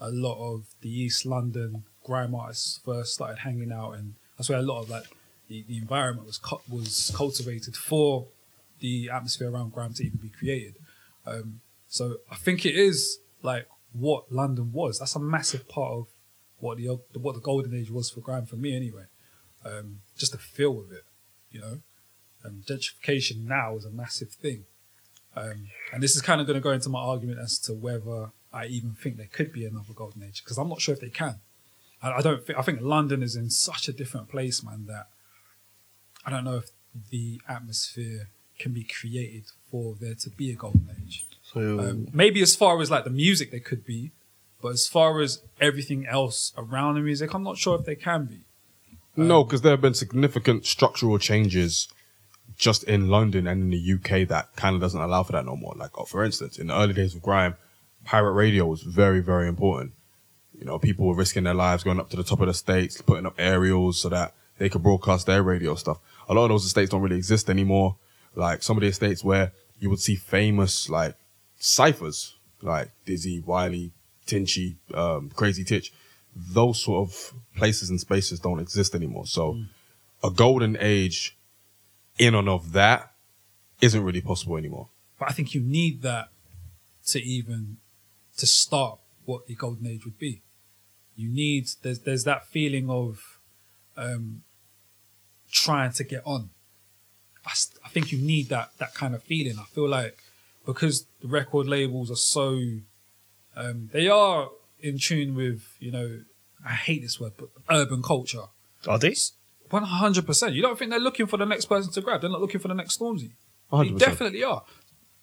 a lot of the East London grime artists first started hanging out, and that's where a lot of like the, the environment was cu- was cultivated for the atmosphere around grime to even be created. Um, so I think it is like what London was. That's a massive part of what the what the golden age was for grime for me, anyway um, just the feel of it, you know. Um, gentrification now is a massive thing, um, and this is kind of going to go into my argument as to whether I even think there could be another golden age because I'm not sure if they can. I, I don't. Think, I think London is in such a different place, man. That I don't know if the atmosphere can be created for there to be a golden age. So Um, maybe as far as like the music, they could be, but as far as everything else around the music, I'm not sure if they can be. No, because there have been significant structural changes just in London and in the UK that kind of doesn't allow for that no more. Like, oh, for instance, in the early days of grime, pirate radio was very, very important. You know, people were risking their lives going up to the top of the states, putting up aerials so that they could broadcast their radio stuff. A lot of those estates don't really exist anymore. Like some of the estates where you would see famous like ciphers, like Dizzy, Wiley, Tinchy, um, Crazy Titch. Those sort of places and spaces don't exist anymore. So Mm. a golden age in and of that isn't really possible anymore. but I think you need that to even to start what the golden age would be. You need there's there's that feeling of um, trying to get on. I, s- I think you need that that kind of feeling. I feel like because the record labels are so um, they are in tune with you know I hate this word but urban culture. are they? One hundred percent. You don't think they're looking for the next person to grab? They're not looking for the next Stormzy. They 100%. definitely are.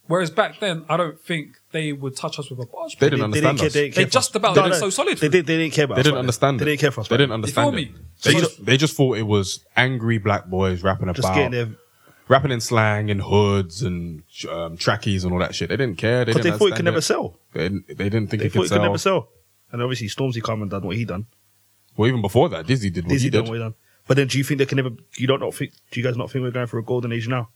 Whereas back then, I don't think they would touch us with a barge. They pole. didn't understand us. They just about No, did it no, so solid They, for did, they didn't care about They us. didn't back then. understand They it. didn't care for us. They back didn't then. understand feel it. me? They So- just, they just thought it was angry black boys rapping Just about getting there rapping in slang and hoods and um, trackies and all that shit. They didn't care. They because didn't they thought it could understand never sell. They didn't, they didn't think They it thought could it could sell. never sell. And obviously, Stormzy come and done what he done. Well, even before that, Dizzy did what Dizzy he done did. what he done. But then, do you think they can never? You don't not think? Do you guys not think we're going for a golden age now?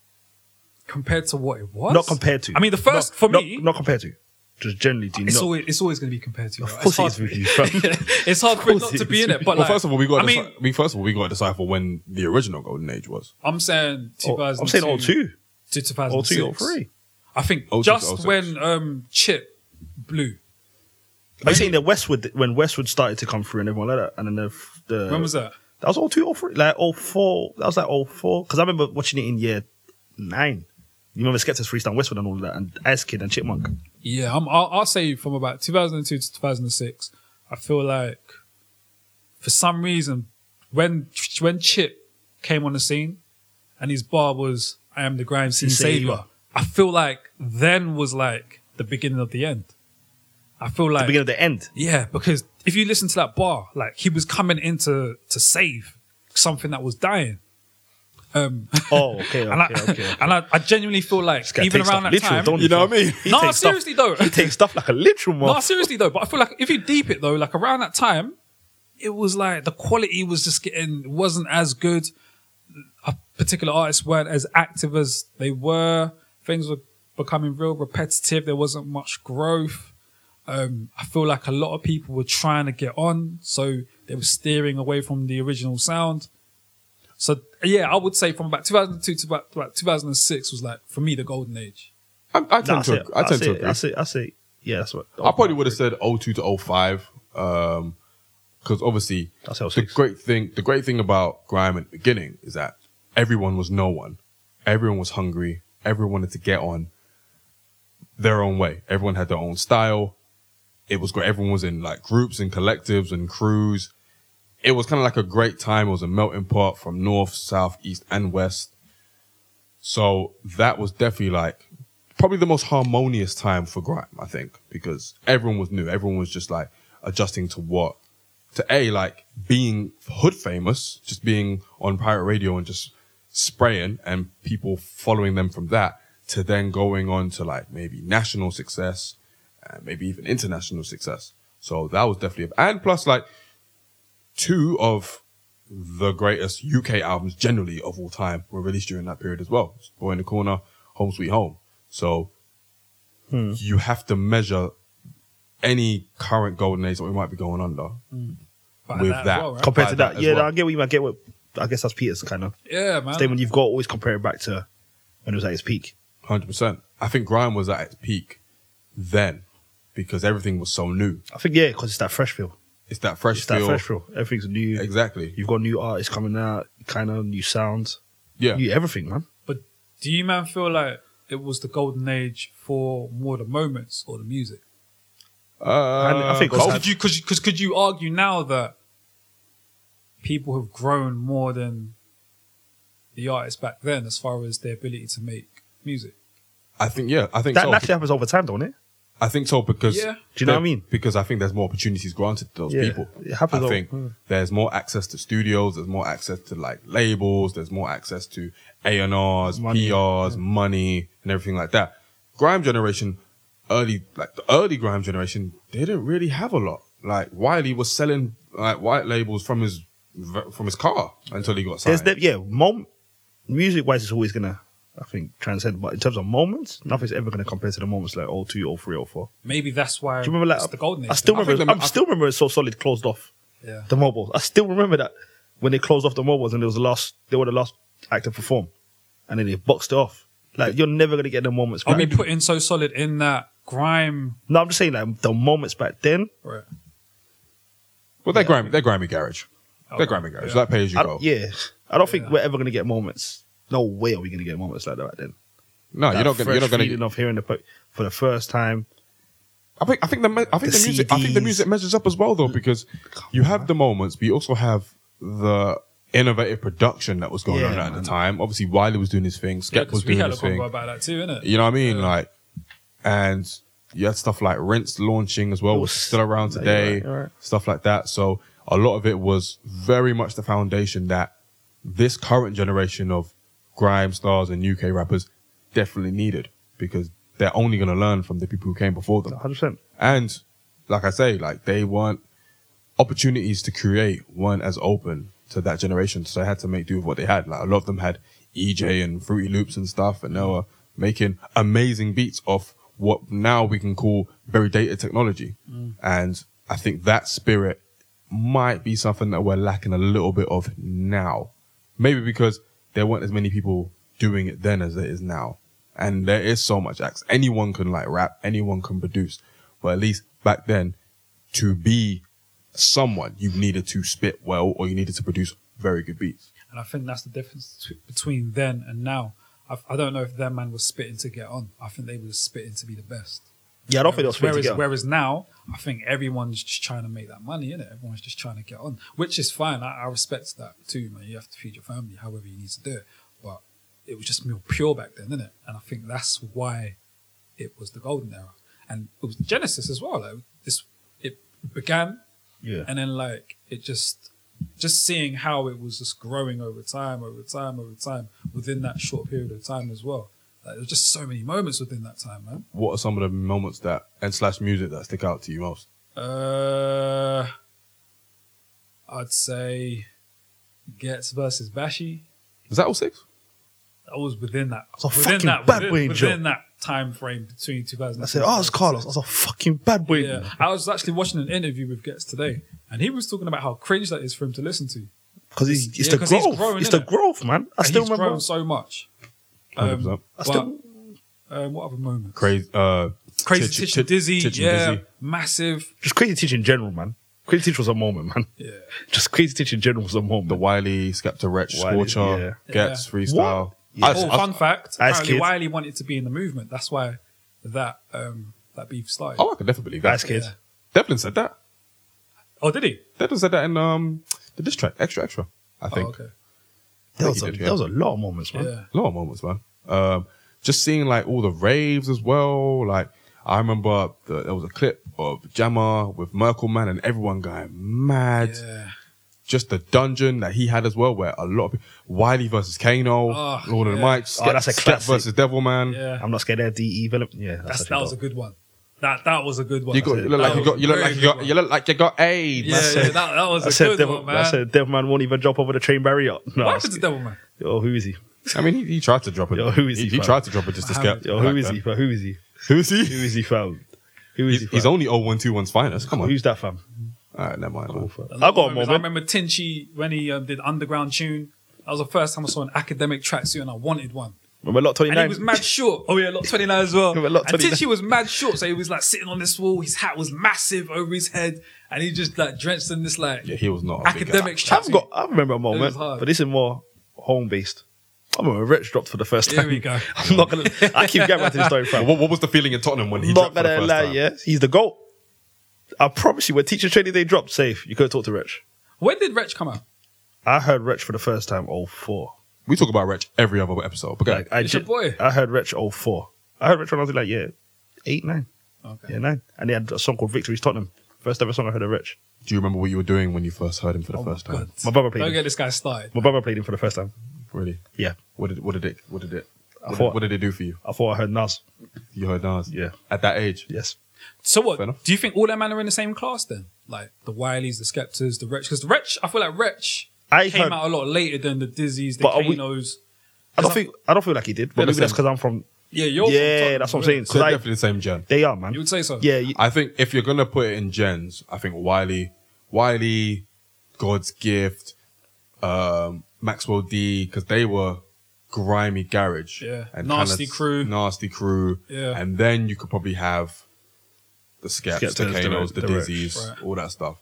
compared to what it was. Not compared to. I mean, the first Not- for not- me, Not compared to. Just generally, do it's not. always it's always going to be compared to. You. Of course, it is hard- with you. fam. it's hard for it not to be in it. But well, like, first of all, we got. I to mean, deci- we first of all we got to decipher when the original golden age was. I'm saying Oh, 2002. I'm saying 02, to 2006. 02, 03. I think 06, just 06. when um, Chip blew. Are you saying that Westwood, when Westwood started to come through and everyone like that, and then the, the When was that? That was 02, 03, like 04. That was like 04. Because I remember watching it in year nine. You remember Skepta's Freestyle Westwood and all that, and Ice Kid and Chipmunk. Yeah, I'm, I'll, I'll say from about 2002 to 2006. I feel like for some reason when when Chip came on the scene and his bar was "I am the grime scene Savior. savior," I feel like then was like the beginning of the end. I feel The like beginning of the end. Yeah, because if you listen to that bar, like he was coming in to, to save something that was dying. Um, Oh, okay, and I, okay, okay. and I, I genuinely feel like This guy even takes around stuff that time, don't he, You know fam? what I mean? He No, takes stuff- seriously though. He takes stuff like a literal no, man. seriously though, but I feel like if you deep it though, like around that time, it was like the quality was just getting wasn't as good. Uh, Particular artists weren't as active as they were. Things were becoming real repetitive. There wasn't much growth. Um, I feel like a lot of people were trying to get on, so they were steering away from the original sound. So yeah, I would say from about 2002 to about, about 2006 was like for me the golden age. I, I tend Nah, I to. say, ag- I I tend to say, agree. I say, I say, yeah, that's what. I probably would have said 02 to 05. Um, because obviously, That's how it the is. great thing, the great thing about grime at the beginning is that everyone was no one. Everyone was hungry. Everyone wanted to get on their own way. Everyone had their own style. It was great. Everyone was in like groups and collectives and crews. It was kind of like a great time. It was a melting pot from north, south, east, and west. So that was definitely like probably the most harmonious time for grime, I think, because everyone was new. Everyone was just like adjusting to what to a like being hood famous, just being on pirate radio and just spraying and people following them from that to then going on to like maybe national success and maybe even international success. So that was definitely a, and plus like two of the greatest UK albums generally of all time were released during that period as well. Boy in the Corner, Home Sweet Home. So you have to measure any current golden age that we might be going under But With as that. well, right? compared by to that that. as yeah, well. I get what you mean. I get what. I guess that's Peter's kind of yeah, man. statement. You've got to always compare it back to when it was at its peak. Hundred percent. I think grime was at its peak then because everything was so new. I think yeah, because it's that fresh feel. It's that fresh It's feel. that fresh feel. Everything's new. Exactly. You've got new artists coming out, kind of new sounds, Yeah. new everything, man. But do you man feel like it was the golden age for more the moments or the music? Uh, I think both. Both. Could you could, you- could could you argue now that people have grown more than the artists back then as far as their ability to make music? I think yeah. I think That so. naturally happens over time, don't it? I think so because Yeah. Do you know there- what I mean? Because I think there's more opportunities granted to those Yeah, people. it happens I all- think mm. there's more access to studios. There's more access to like labels. There's more access to A and R's, Money. PRs, money, and everything like that. Grime generation, early like the early grime generation, they didn't really have a lot. Like Wiley was selling like white labels from his from his car until he got There's signed. that, yeah. Mom, music wise, it's always gonna, I think, transcend. But in terms of moments, nothing's ever gonna compare to the moments like 02, 03, 04. Maybe that's why Do you remember it's like the golden age. I still I remember. think the- I, still remember it's so solid closed off yeah. the mobiles. I still remember that when they closed off the mobiles and it was the last. They were the last act to perform, and then they boxed it off. Like you're never gonna get the moments. Are Back. we putting so solid in that grime? no, I'm just saying like the moments back then. Right. well, they're grimy. They're grimy garage. They're grimy garage. yeah. That pays you I, go. Oh, yeah, I don't think Yeah. we're ever gonna get moments. No way are we gonna get moments like that back then. No, Ah, you're That not gonna. You're fresh not gonna. feeling of hearing the po- for the first time. I think I think the me- I think The the, music I think the CDs. music measures up as well though because you have the moments, but you also have the innovative production that was going Yeah, on at man. the time. Obviously, Wiley was doing his thing, Skep Yeah, was because we doing had a his thing. convo about that too, innit? You know what I mean? Like, and you had stuff like Rinse launching as well, Oh, was still around no, you're today, right, you're right. stuff like that. So a lot of it was very much the foundation that this current generation of grime stars and UK rappers definitely needed because they're only going to learn from the people who came before them. 100. percent And like I say, like they weren't opportunities to create weren't as open to that generation. So they had to make do with what they had. Like a lot of them had EJ and Fruity Loops and stuff, and they were making amazing beats off what now we can call very data technology. And I think that spirit might be something that we're lacking a little bit of now. Maybe because there weren't as many people doing it then as there is now. And there is so much acts. Anyone can like rap, anyone can produce. But at least back then, to be someone, you needed to spit well or you needed to produce very good beats. And I think that's the difference t- between then and now. I, I don't know if their man was spitting to get on. I think they were spitting to be the best. Yeah, I don't think that's fair whereas, to get. whereas now, I think everyone's just trying to make that money, innit? Everyone's just trying to get on, which is fine. I, I respect that too, man. You have to feed your family however you need to do it. But it was just more pure back then, innit? And I think that's why it was the golden era. And it was the genesis as well. Like, this, it began yeah. and then like it just just seeing how it was just growing over time over time over time within that short period of time as well like there's just so many moments within that time man What are some of the moments that and slash music that stick out to you most? uh i'd say gets versus bashi Is that all six? that was within that It's a within fucking that bad within, boy, Joe. within that time frame between 2000 I said, oh, it's Carlos. I was a fucking bad boy. yeah, I was actually watching an interview with Gets today, and he was talking about how cringe that is for him to listen to. Because it's, it's Yeah, the 'cause he's growth. growing, it's the innit? growth, man. I And still he's remember. grown so much. 100%. I But, still- um, what other moments? Crazy, uh, Crazy Titch- Titch and Titch- Dizzy, Titch and yeah, Dizzy. massive. Just crazy teaching in general, man. Crazy teach was a moment, man. Yeah, Just crazy teaching in general was a The moment. Wiley, Skepta Wretch, Wiley, Scorcher, yeah. Gets, Yeah. Freestyle. Yeah. I- oh, I- fun fact: apparently Kid. Wiley wanted to be in the movement. That's why that um, that beef started. oh, I can definitely believe that. Ice Kid. Yeah. Devlin said that. Oh, did he? Devlin said that in um, the diss track, Extra Extra, I Oh, think. okay. There was, He a, did, yeah. there was a lot of moments, man. Yeah, a lot of moments, man. Um, just seeing like all the raves as well. Like I remember the, there was a clip of Jammer with Merkel Man and everyone going mad. yeah. Just the dungeon that he had as well, where a lot of people, Wiley versus Kano, Oh, Lord of the yeah. Mics, Oh, Skep, that's a Skep classic. versus Devil Man. yeah. I'm not scared of DE development. Yeah, That's, actually that was a dope. good one. That that was a good one. You, got, you look like That you got, you look was like a you very got, good you look like you got AIDS. one. Yeah, That's yeah, it. that, that was I a said, good devil, one, man. I said, Devil Man won't even jump over the train barrier. No, what I happened was- to Devil Man? yo, who is he? I mean, he, he tried to drop it. Yo, who is he, He fam? tried to drop it just to Mohammed. Skep. Yo, who Back is then. he? Who is he? Who is he? Who is he, fam? Who is he? He's, he's fam? only 0121's finest. Come on. Who's that, fam? All right, never mind. A man. I lot got a of moments. I moment. remember Tinchy when he um, did Underground Tune. That was the first time I saw an academic tracksuit and I wanted one. Remember lot And he was 29? mad short. Oh yeah, lot twenty nine as well. Yeah, but lot and 29. Tinchy was mad short, so he was like sitting on this wall. His hat was massive over his head, and he just like drenched in this like Yeah, he was not. a big guy. academic I've tracksuit. got, I remember a It moment, was hard. but this is more home based. I remember Rich dropped for the first Here time. we go. I'm not gonna. I keep getting back to this story, fam. What, what was the feeling in Tottenham when he not dropped for the gonna first lie, time? yeah, he's the goat. I promise you, when teacher training they dropped, safe. You could talk to Rich. When did Wretch come out? I heard Rich for the first time. Oh four. We talk about Wretch every other episode. But go ahead. Like I It's ju- your boy. I heard Rich oh four. I heard Rich when I was like yeah, eight nine, Okay. yeah nine, and they had a song called Victory's Tottenham. First ever song I heard of Rich. do you remember what you were doing when you first heard him for the first time? God. Oh My brother played. Don't Him. get this guy started. My brother played him for the first time. Really? Yeah, What did what did it what did it I what, thought- did, what did it do for you? I thought I heard Nas. You heard Nas? Yeah. At that age? Yes, So Fair enough. what? Do you think all their men are in the same class then? Like the Wileys, the Skeptors, the Wretch? Because the Wretch, I feel like Wretch I came heard- out a lot later than the Dizzies, the But are we- Kanos. I don't I- think I don't feel like he did, but They're the maybe that's same. because I'm from. yeah, you're from yeah, Tottenham, that's what I'm really. saying. So 'Cause I- definitely the same gen. they are man. You would say so. Yeah, you- I think if you're gonna put it in gens, I think Wiley, Wiley, God's Gift, um, Maxwell D, because they were grimy garage, Yeah. kinda Nasty s- Crew. nasty crew, Yeah. and then you could probably have the Skeps, Skeptas, the the Kanos, the, Ro- the Roach. Dizzies, Right. all that stuff.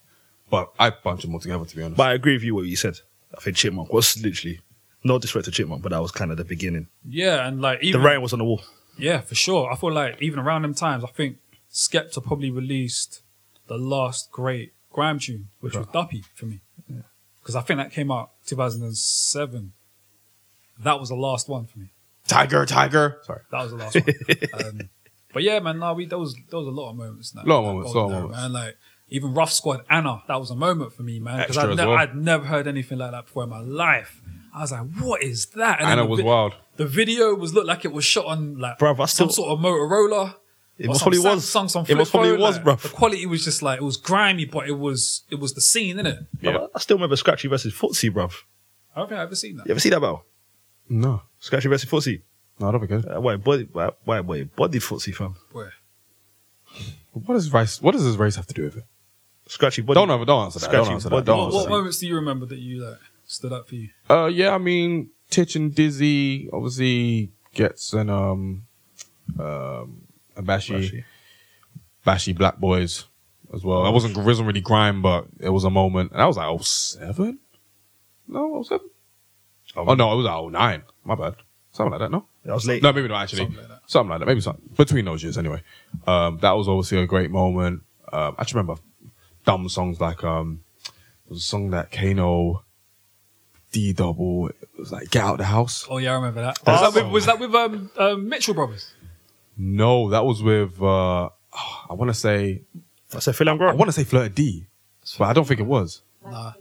But I bunch them all together to be honest. But I agree with you what you said. I think Chipmunk was literally no disrespect to Chipmunk, but that was kind of the beginning. yeah, and like The even writing was on the wall. Yeah, for sure. I feel like even around them times, I think Skepta probably released the last great grime tune, which was Duppy for me. Because I think that came out 2007. That was the last one for me. Tiger, Tiger. Sorry. That was the last one. um, but yeah, man, nah, we, there, was, there was a lot of moments. Now, Lot of moments, lot of moments. Man, like, even Rough Squad Anna, that was a moment for me, man. Because Extra I'd, as ne- well. I'd never heard anything like that before in my life. I was like, what is that? And then Anna the was vi- wild. The video was looked like it was shot on like Bruv, I some still- sort of Motorola. It or most some probably was. Samsung, some It most flip probably phone, was, like, bruv. The quality was just like it was grimy, but it was it was the scene, innit? Yeah. I, I still remember Scratchy versus Footsie, bruv. I don't think I've ever seen that. You ever see that battle? No, Scratchy versus footsie. no, I don't think. I- Uh, why body? Why, why boy? Body footsie, fam. Where? What does race? What does his race have to do with it? Scratchy body. Don't know. Don't answer that. Don't Scratchy answer body. that. Don't What, answer what that. moments do you remember that you like stood up for you? Uh, yeah, I mean, Titch and Dizzy obviously gets an um, um, a bashy, Bashy. bashy black boys as well. I wasn't, it wasn't really grime, but it was a moment, and I was like, oh seven, no, oh seven, Oh, oh no, I was like, oh nine, my bad, something like that, no. I was late. No, maybe not actually. Something Something like like that. that. Maybe something between those years. Anyway, um, that was obviously a great moment. Um, I just remember dumb songs like um, there was a song that Kano D double. It was like "Get Out the House." Oh yeah, I remember that. That's was, that with, awesome. was that with um, um, Mitchell Brothers? No, that was with uh, I want to say I said, Phil, I'm I grown. want to say Flirt D, but I don't think it was. Nah.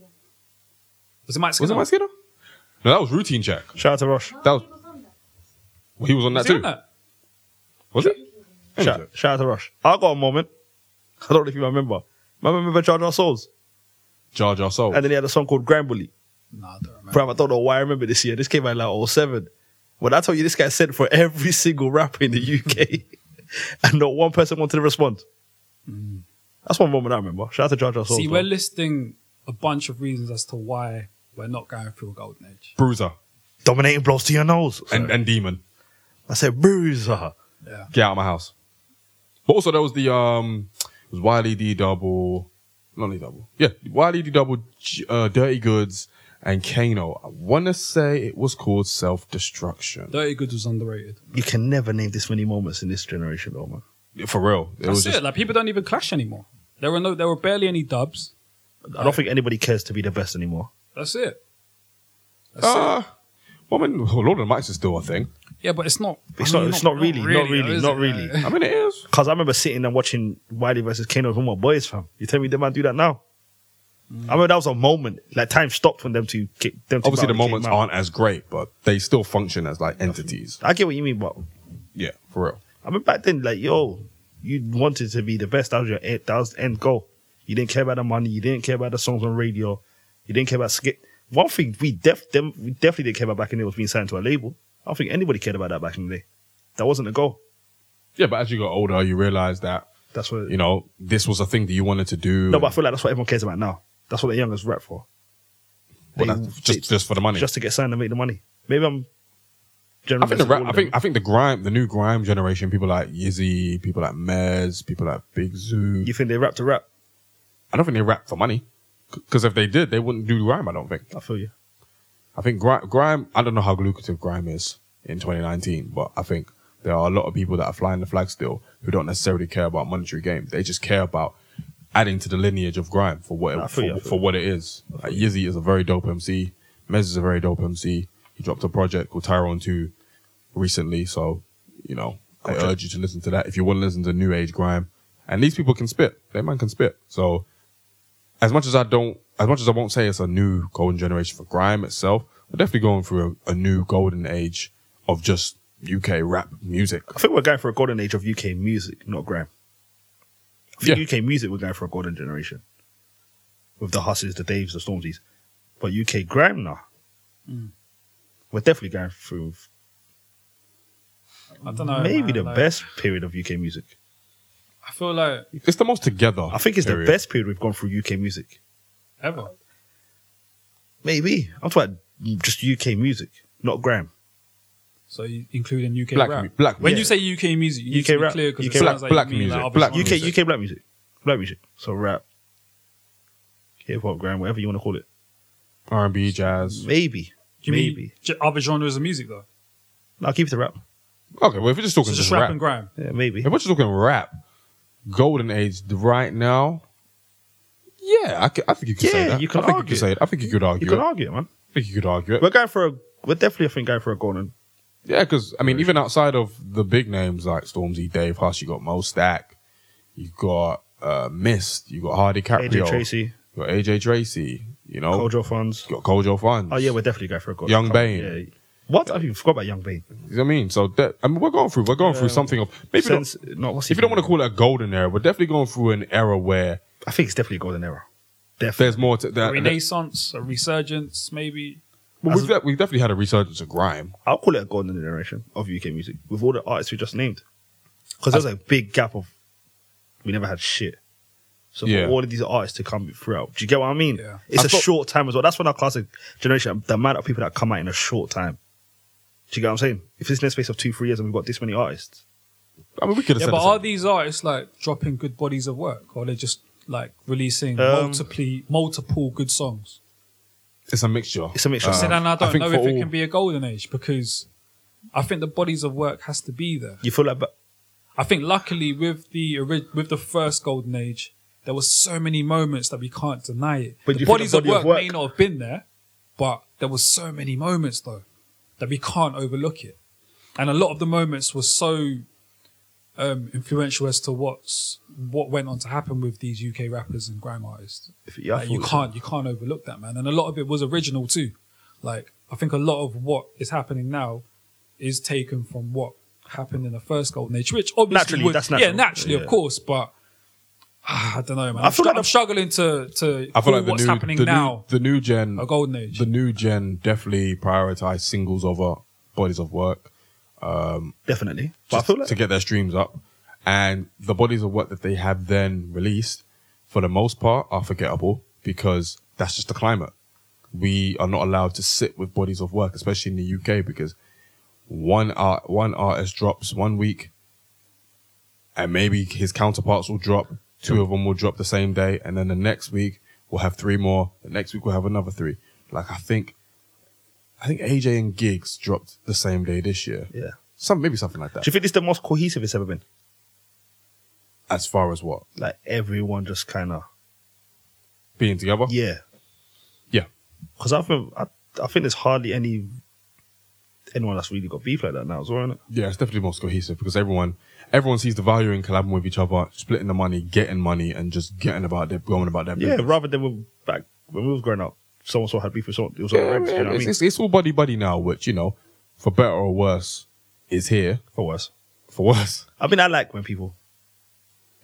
Was it Mike Was Skinner? it Mike Skinner? No, that was Routine Check. Shout out to Rush. That Oh, was well, he was on that Was he too. on that? Was it? Shout, shout out to Rush. I got a moment. I don't know if you remember. Remember, remember Charge Our Souls? Jar Jar Soul. And then he had a song called Grambly. Nah, I don't remember. Bro, I don't know why I remember this year. This came out in like 07. When I told you this guy sent for every single rapper in the UK and not one person wanted to respond. That's one moment I remember. Shout out to Jar Jar Souls. See, bro. we're listing a bunch of reasons as to why we're not going through a golden age. Bruiser Dominating blows to your nose. and, and Demon. I said, Bruiser. Yeah. get out of my house. But also there was the um it was Wiley D double not D double. Yeah, Wiley D double G- uh, Dirty Goods and Kano. I wanna say it was called Self Destruction. Dirty Goods was underrated. You can never name this many moments in this generation, though, man. For real. It That's was it. just Like people don't even clash anymore. There were no, there were barely any dubs. I don't think anybody cares to be the best anymore. That's it. That's uh, well, I mean, Lord of the Mics is still a thing. it. Yeah, but it's not. It's I not- mean, it's not really, not really, though, is not it? really. Like, I mean, it is. Because I remember sitting and watching Wiley versus Kano with my boys, fam. You tell me they might do that now. I remember that was a moment. Like time stopped when them two. ki- Them Mm. two Obviously, the battled, came moments out. aren't as great, but they still function as like entities. I get what you mean, but Yeah, for real. I mean back then, like yo, you wanted to be the best. That was your end, that was the end goal. You didn't care about the money. You didn't care about the songs on radio. You didn't care about skit. One thing we def them we definitely didn't care about back in the day was being signed to a label. I don't think anybody cared about that back in the day. That wasn't the goal. Yeah, but as you got older, you realize that That's what you know this was a thing that you wanted to do. No, but I feel like that's what everyone cares about now. That's what the youngest rap for. Well, They- that's just just for the money. just to get signed and make the money. Maybe I'm. I think the rap, I think I, I think the grime, the new grime generation, people like Yizzy, people like Mez, people like Big Zoo. you think they rap to rap? I don't think they rap for money, because if they did, they wouldn't do grime. I don't think. I feel you. I think grime, grime. I don't know how lucrative grime is in 2019, but I think there are a lot of people that are flying the flag still who don't necessarily care about monetary gain. They just care about adding to the lineage of grime for what Nah, I it, for, feel you, I feel for what it is. Like, Yizzy is a very dope MC. Mez is a very dope MC. He dropped a project called Tyrone Two recently, so you know I urge you to listen to that if you want to listen to new age grime. And these people can spit. They man can spit. So as much as I don't, as much as I won't say it's a new golden generation for grime itself, we're definitely going through a, a new golden age of just UK rap music. I think we're going for a golden age of UK music, not grime. I Yeah. think UK music, we're going for a golden generation with the Husses, the Daves, the Stormzy's. But UK grime now, Mm. we're definitely going through I don't know. man, maybe the like, best period of UK music. I feel like It's the most together. I think it's period. the best period we've gone through UK music. ever. Maybe I'm talking about just UK music, not grime. So you- including UK Black rap. mu- black when music. you say UK music, you need UK to be rap. clear because UK it sounds rap. like Black you mean music. like other Black genres. UK music. UK black music, black music. So rap, hip hop, grime, whatever you want to call it. R and B, jazz. Maybe, Do you mean maybe. ge- other genres of music though? No, I'll keep it to rap. Okay, well if we're just talking So just just rap, rap and grime. Yeah, maybe. if we're just talking rap, golden age right now. Yeah, I, c- I think you could Yeah, say that. you can I think argue you could say it. it. I think you could argue You can it. argue it, man. I think you could argue it. We're going for a. We're definitely, I think, going for a golden. Yeah, because I mean, even outside of the big names like Stormzy, Dave Hush, you got Mo Stack, you got uh, Mist, you got Hardy Caprio, AJ Tracy, you got AJ Tracy, you know, Kojo Funds. you got Kojo Funds. Oh yeah, we're definitely going for a golden. Oh. Young Come on, Bane. Yeah. What? I even forgot about Young Bane. you know what I mean. So that, I mean, we're going through, we're going through something of maybe not- Sense, not what's if you don't want to call it a golden era, we're definitely going through an era where I think it's definitely a golden era. Definitely. there's more to that. A renaissance, a resurgence, maybe. Well, As- we've, de- we've definitely had a resurgence of grime. I'll call it a golden generation of UK music with all the artists we just named. Because there's a big gap of we never had shit. So Yeah. for all of these artists to come throughout, do you get what I mean? Yeah. It's I a thought- short time as well. That's when our classic generation, the amount of people that come out in a short time. Do you get what I'm saying? If it's in the space of two, three years and we've got this many artists, I mean, we could have Yeah, said but the are same. these artists like dropping good bodies of work, or they're just like releasing Um, multiple multiple good songs? it's a mixture. Uh, it's a mixture. So then I don't think know for if it all- can be a golden age because I think the bodies of work has to be there. you feel like, but I think luckily with the ori- with the first golden age, there were so many moments that we can't deny it. But the you think the bodies body of, of work may work- not have been there, but there were so many moments though that we can't overlook it. And a lot of the moments were so um, influential as to what's what went on to happen with these UK rappers and grime artists. if, yeah, I Like, feel you it. can't you can't overlook that man. And a lot of it was original too. Like I think a lot of what is happening now is taken from what happened in the first golden age, which obviously Naturally, would- that's yeah natural. naturally Yeah. of course, but. ah, I don't know, man. I I feel feel like I'm the- struggling to to I feel call like the what's new, happening the now Oh, new, the new gen, a golden age. the new gen definitely prioritize singles over bodies of work definitely. But I just feel like to get their streams up, and the bodies of work that they have then released, for the most part, are forgettable because that's just the climate. We are not allowed to sit with bodies of work, especially in the UK, because one art one artist drops one week, and maybe his counterparts will drop. Two of them will drop the same day, and then the next week we'll have three more. The next week we'll have another three. Like I think, I think AJ and Gigs dropped the same day this year. Yeah. some maybe something like that. do you think it's the most cohesive it's ever been? As far as what Like everyone just kind of being together, yeah, Yeah. Because I think I, I think there's hardly any anyone that's really got beef like that now, as well, isn't it? Yeah, it's definitely most cohesive because everyone everyone sees the value in collabing with each other, splitting the money, getting money, and just getting about their going about their Yeah, business. rather than we back when we was growing up, someone so had beef with someone. It was all Yeah, rent, you know what I it's, mean? it's, it's all buddy buddy now, which you know, for better or worse, is here For worse. for worse. I mean, I like when people.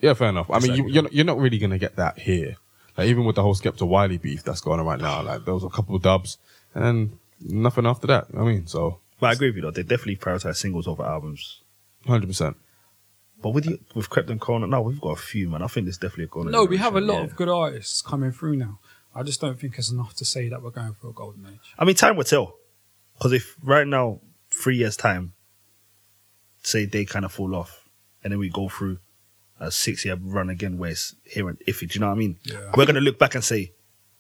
Yeah, fair enough. I mean, you, Exactly. you're not, you're not really gonna get that here. Like even with the whole Skepta Wiley beef that's going on right now, like there was a couple of dubs and then nothing after that. You know what I mean, so But I agree with you though. They definitely prioritize singles over albums. hundred percent. But with you, with Crept and Corner, no, we've got a few man. I think there's definitely a corner. no, we have a generation, lot yeah. of good artists coming through now. I just don't think it's enough to say that we're going for a golden age. I mean, time will tell. Because if right now, three years time, say they kind of fall off, and then we go through a six year run again where it's here and iffy. Do you know what I mean? Yeah. We're gonna look back and say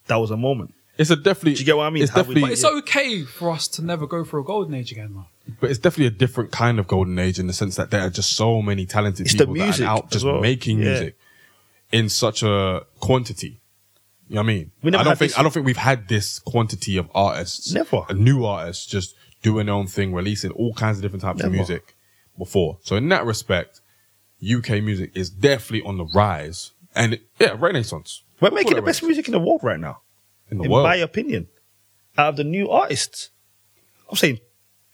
that was a moment. It's a definitely. Do you get what I mean? It's How we- definitely. But it's okay for us to never go for a golden age again, man. But it's definitely a different kind of golden age in the sense that there are just so many talented It's the people that music are out as just well. making Yeah. music in such a quantity. You know what I mean? We never I don't had think this- I don't think we've had this quantity of artists, Never. new artists, just doing their own thing, releasing all kinds of different types Never. of music before. So in that respect, UK music is definitely on the rise, and it- yeah, renaissance We're making the Whatever. best music in the world right now, in the in world. my opinion. Out of the new artists, I'm saying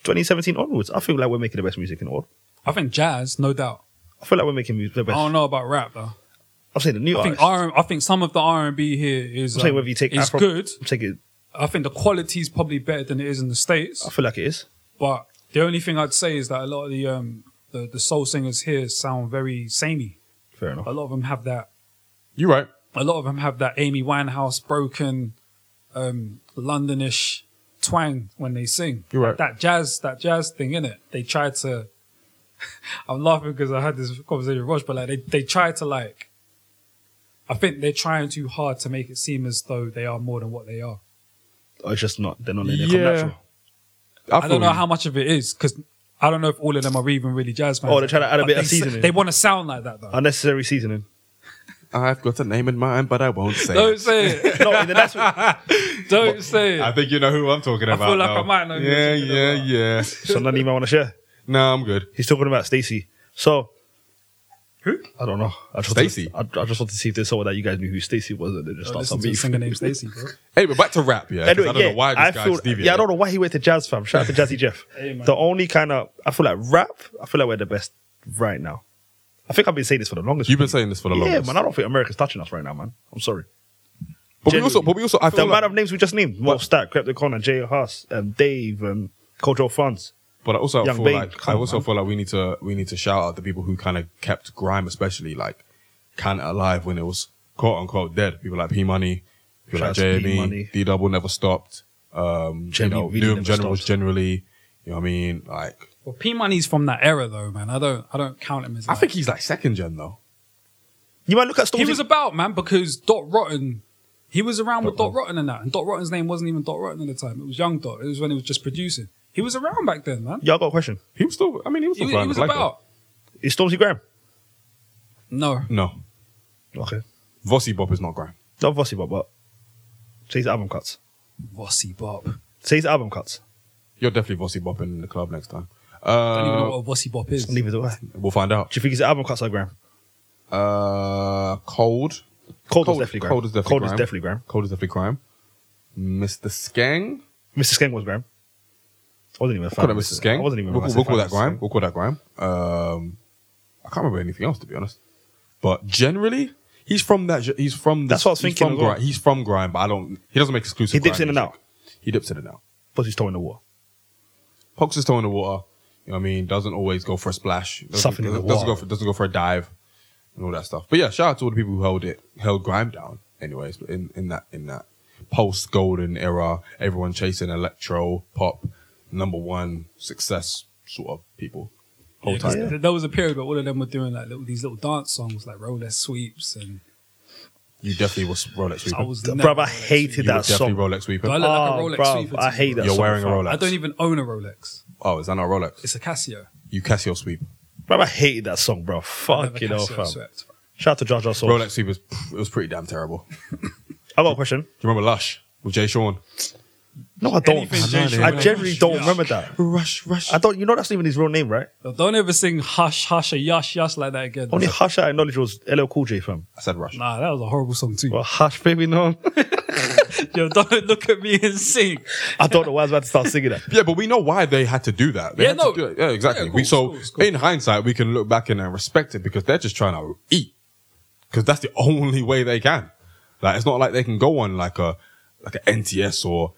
2017 onwards, I feel like we're making the best music in the world. I think jazz, no doubt. I feel like we're making mu- the I best. don't know about rap though. I'm saying the new Oh, I artists. think R- I think some of the R and B here is I'm saying um, whether you take is Afro, good. I'm saying it, I think the quality is probably better than it is in the states. I feel like it is. But the only thing I'd say is that a lot of the um the, the soul singers here sound very samey. Fair enough. A lot of them have that. You're right. A lot of them have that Amy Winehouse broken, um, Londonish twang when they sing. You're right. That jazz, that jazz thing in it. They try to. I'm laughing because I had this conversation with Rosh, but like they they try to like. I think they're trying too hard to make it seem as though they are more than what they are. Or it's just not. They're not letting it come Yeah. natural. I feel don't know you. how much of it is because I don't know if all of them are even really jazz fans. Oh, they're trying to add a But bit of they s- seasoning. They want to sound like that though. Unnecessary seasoning. I've got a name in mind, but I won't say. Don't it. say it. No, and then that's what, Don't say I it. think you know who I'm talking I about. feel like now. I might know who you're Yeah, talking about. yeah, yeah. so none even want to share. No, I'm good. He's talking about Stacy. So Who? I don't know. I just Stacey? wanted- I, I just wanted to see if there's someone that you guys knew who Stacy was, and then just Oh, start listen some to a beef. singer named Stacey, bro. Anyway, back to rap. Yeah, 'cause Anyway, I don't yeah, know why this I guy feel, just deviated. yeah, I don't know why he went to jazz, fam. Shout out to Jazzy Jeff. Hey, man. the only kind of I feel like rap. I feel like we're the best right now. I think I've been saying this for the longest. You've been saying this for the yeah, longest. man. I don't think America's touching us right now, man. I'm sorry. But we also, but we also, I the feel amount like, of names we just named: Wolf Stack, Crypticona, Jay Haas, um, Dave, um, Cultural Funds. but I also Young feel Bane, like, I come on, also man. feel like we need to, we need to shout out the people who kind of kept grime, especially like, kind of alive when it was quote unquote dead. People like P Money, people Shout out like to Jamie, P-Money. D Double never stopped. Um, Jamie you know, really Doom never Generals stopped. generally. You know what I mean? Like, Well, P Money's from that era though, man. I don't I don't count him as. I like- think he's like second gen though. You might look at Stormzy. he was about man because Dot Rotten. He was around with Dot Rotten and that, and Dot Rotten's name wasn't even Dot Rotten at the time. It was Young Dot. It was when he was just producing. He was around back then, man. Y'all got a question? He was still, I mean, he was He, still he flying was the flag, about. Is Stormzy Graham? No, though. No, Okay. Vossi Bob is not grime. Not Vossi, but but. Say his album cuts. Vossi Bop. Say his album cuts. You're definitely Vossi Bopping in the club next time. I don't even Uh, know what a Vossi Bop is. Neither do I. Do we'll find out. you think his album cuts or Graham? Uh, cold. Cold, was Cold- definitely Graham. Cold is definitely Cold Graham. is definitely Graham. Cold is definitely crime. Mr. Skang. Mr. Skeng was Graham. I wasn't even a Call fan. that of Mr. Skang. I wasn't even. a We'll, massive we'll call fan that of grime. Skeng. We'll call that grime. Um, I can't remember anything else to be honest. But generally, he's from that. ge- He's from. That's what I was he's thinking From as well. grime, he's from grime, but I don't. He doesn't make exclusive. He dips grime in and music. out. He dips in and out. Puts his toe in the water. pokes his toe in the water. You know what I mean? Doesn't always go for a splash. Doesn't, Something in the doesn't go water. for doesn't go for a dive and all that stuff. But yeah, shout out to all the people who held it held grime down. Anyways, but in, in that in that post golden era, everyone chasing electro pop number one success sort of people. Whole Yeah, 'cause time. th- There was a period where all of them were doing like little, these little dance songs, like roll their sweeps, and You definitely was Rolex sweeper. I was. Bruv, never I Rolex hated sweep. you that were definitely song. Rolex sweeper. Do I look like a Oh, Rolex bruv, sweeper I to you, hate bro? that. You're song, wearing a fam. Rolex. I don't even own a Rolex. oh, is that not Rolex? It's a Casio. You Casio sweep. Bruv, I hated that song, bro. I have Fuck a you know, Casio fam. swept. Shout out to Jar Jar Soul. Rolex sweep was it was pretty damn terrible. Do I got a question. you remember Lush with Jay Sean? No, I don't. Anything Jay Sean. I generally don't remember that. Rush, rush. I don't. You know that's not even his real name, right? Don't ever sing hush hush a yush yush like that again. Only Hush I acknowledge was LL Cool J fam. I said Rush. Nah, that was a horrible song too. Well, Hush baby, no. Yo, don't look at me and sing. I don't know why I was about to start singing that. Yeah, but we know why they had to do that. They Yeah, had no. to do it. yeah, exactly. Yeah, we, cool, so cool, cool. in hindsight, we can look back and uh, respect it because they're just trying to eat because that's the only way they can. Like it's not like they can go on like a like a NTS or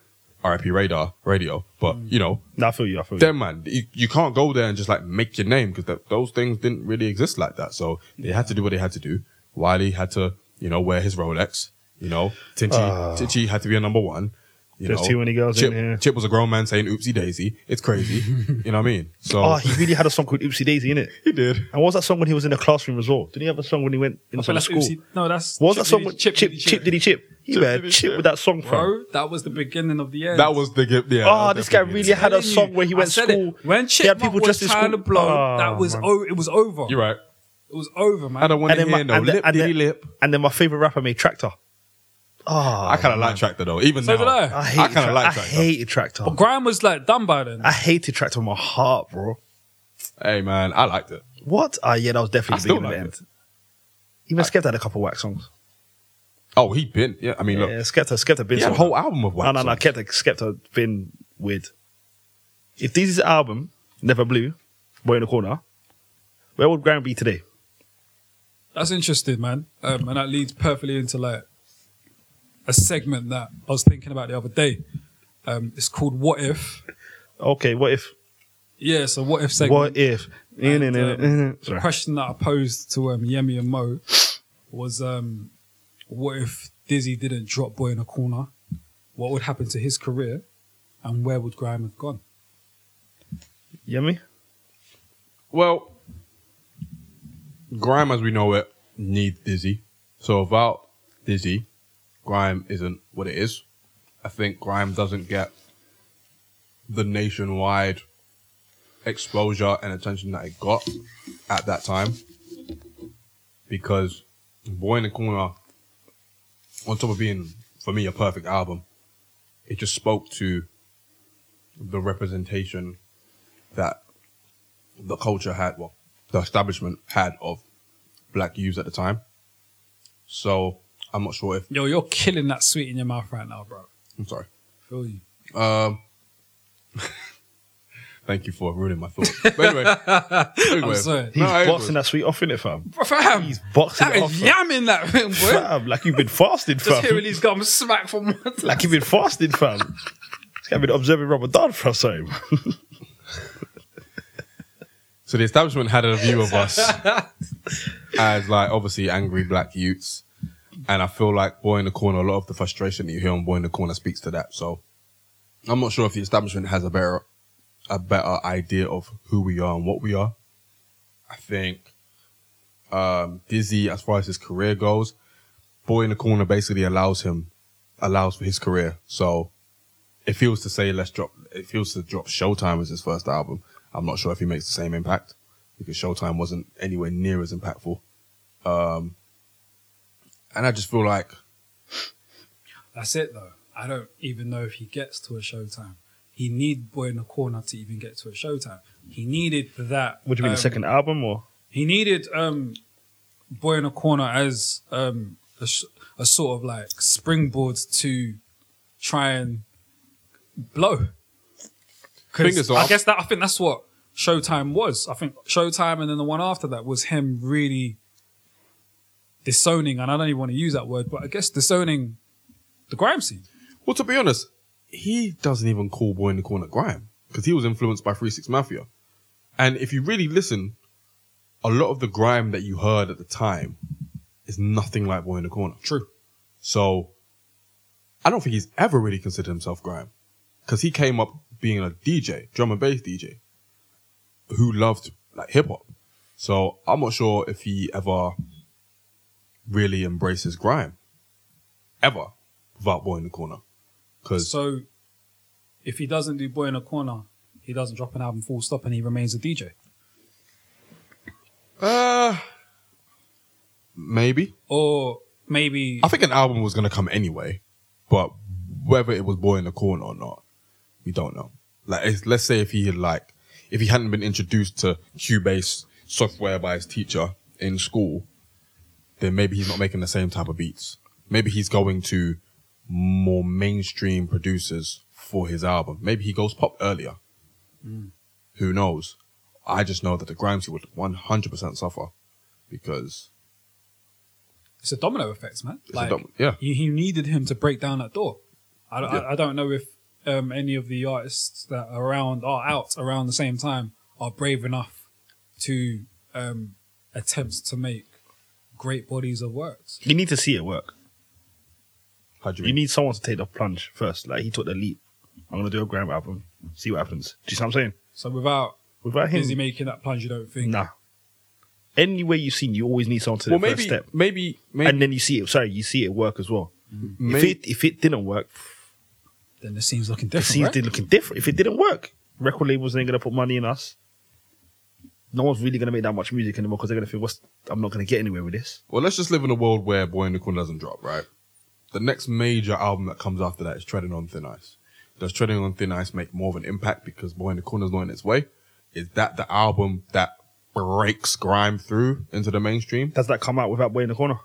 RIP Radar radio, but Mm. you know Nah, I feel you. I feel you. them man, you, you can't go there and just like make your name because those things didn't really exist like that. So they had to do what they had to do. Wiley had to you know wear his Rolex. You know, Tinchi, Tinchi had to be a number one. You Ah. There's know, too many girls Chip, in here. Chip was a grown man saying "oopsie daisy." It's crazy. you know what I mean? So Oh, he really had a song called Oopsie Daisy in it. he did. And what was that song when he was in the classroom as well? Didn't he have a song when he went I into feel the like school? Oopsie- no, that's What was that song Diddy with Chip Chip, Chip Diddy Chip? He had Diddy chip, Chip. with that song from. Bro, that was the beginning of the end. That was the gi- yeah. that Oh, was this guy definitely- really had a Telling you, song where he I went to said it. school. When He had Chipmunk people was just in trying to school. blow, Oh, that was man. oh, it was over. You're right. It was over, man. I don't want And to then, my, hear and, no then, lip and, diddy then, lip. and then my favorite rapper made Tractor. I Ah, kind of like Tractor though. Even So now, did I. I I hate. kind of like I Tractor. hated Tractor. Grime was like done by then. I hated Tractor with my heart, bro. Hey man, I liked it. What? Ah, yeah, that was I definitely the still beginning of like the end. Even Skepta had a couple whack songs. Oh, he been yeah. I mean, yeah, look, Skepta, Skepta been he had a some- whole album of No, wax. no, no. Skepta, Skepta been weird. If this is his album, Never Blue, Boy in the Corner, where would Graham be today? That's interesting, man. Um, and that leads perfectly into like a segment that I was thinking about the other day. Um, it's called What If. Okay, what if? Yeah, so what if segment. What if? And, Mm, um, mm, mm, mm. the Sorry. question that I posed to um, Yemi and Mo was, um, what if Dizzy didn't drop Boy in a Corner? What would happen to his career? And where would Graham have gone? You hear me? Well, grime as we know it needs Dizzy. So without Dizzy, grime isn't what it is. I think grime doesn't get the nationwide exposure and attention that it got at that time because Boy in the Corner, on top of being for me a perfect album, it just spoke to the representation that the culture had, well, the establishment had of black youths at the time. So I'm not sure if Yo, you're killing that sweet in your mouth right now, bro. I'm sorry. Feel you. Um, Thank you for ruining my thought. But anyway, anyway. sorry. He's No, I agree. boxing that sweet off in it, fam. Bro, fam, He's boxing that it off. is fam. yamming that thing, boy. Fam, like you've been fasting, Just fam. hearing these gums smack from one to Like you've been fasting, fam. This guy been observing Ramadan for sorry. So the establishment had a view of us as like obviously angry black youths. And I feel like Boy in the Corner, a lot of the frustration that you hear on Boy in the Corner speaks to that. So I'm not sure if the establishment has a better a better idea of who we are and what we are. I think um Dizzy, as far as his career goes, Boy in the Corner basically allows him allows for his career. So if he was to say let's drop if he was to drop Showtime as his first album, I'm not sure if he makes the same impact because Showtime wasn't anywhere near as impactful. Um, and I just feel like That's it though. I don't even know if he gets to a showtime. He need Boy in the Corner to even get to a showtime. He needed that. Would you mean um, the second album or? He needed um, Boy in the Corner as um, a, sh- a sort of like springboard to try and blow. 'Cause Fingers I off. guess that I think that's what Showtime was. I think Showtime and then the one after that was him really disowning, and I don't even want to use that word, but I guess disowning the grime scene. well, to be honest, he doesn't even call Boy in the Corner grime because he was influenced by Three Six Mafia. And if you really listen, a lot of the grime that you heard at the time is nothing like Boy in the Corner. True. So I don't think he's ever really considered himself grime because he came up being a DJ, drum and bass DJ, who loved like hip hop. So I'm not sure if he ever really embraces grime ever without Boy in the Corner. Because So if he doesn't do Boy in a Corner, he doesn't drop an album full stop and he remains a DJ. uh, maybe Or maybe I think an album was going to come anyway, but whether it was Boy in the Corner or not, we don't know. Like, it's, let's say if he had like, if he hadn't been introduced to Cubase software by his teacher in school, then maybe he's not making the same type of beats. Maybe he's going to more mainstream producers for his album. Maybe he goes pop earlier. Who knows? I just know that the Grimes would 100% suffer because it's a domino effect, man. it's a dom- yeah. he, he needed him to break down that door. I, don't- I- Yeah. I don't know if um, any of the artists that are around are out around the same time are brave enough to um, attempt to make great bodies of works. You need to see it work. How do you You mean? need someone to take the plunge first. Like he took the leap. I'm gonna do a gram album. See what happens. Do you see what I'm saying? So without Without him, Dizzy making that plunge, you don't think nah. Anywhere you've seen, you always need someone to well, take the maybe, first step, maybe, maybe, Mm-hmm. and then you see it. Sorry, you see it work as well. If Maybe, it if it didn't work, then the scene's looking the different. scenes right? did looking different. If it didn't work, record labels ain't gonna put money in us. No one's really gonna make that much music anymore because they're gonna think, "What's? I'm not gonna get anywhere with this." well, let's just live in a world where Boy in the Corner doesn't drop, right? The next major album that comes after that is Treading on Thin Ice. Does Treading on Thin Ice make more of an impact because Boy in the Corner's not in its way? Is that the album that breaks grime through into the mainstream? Does that come out without Boy in the Corner?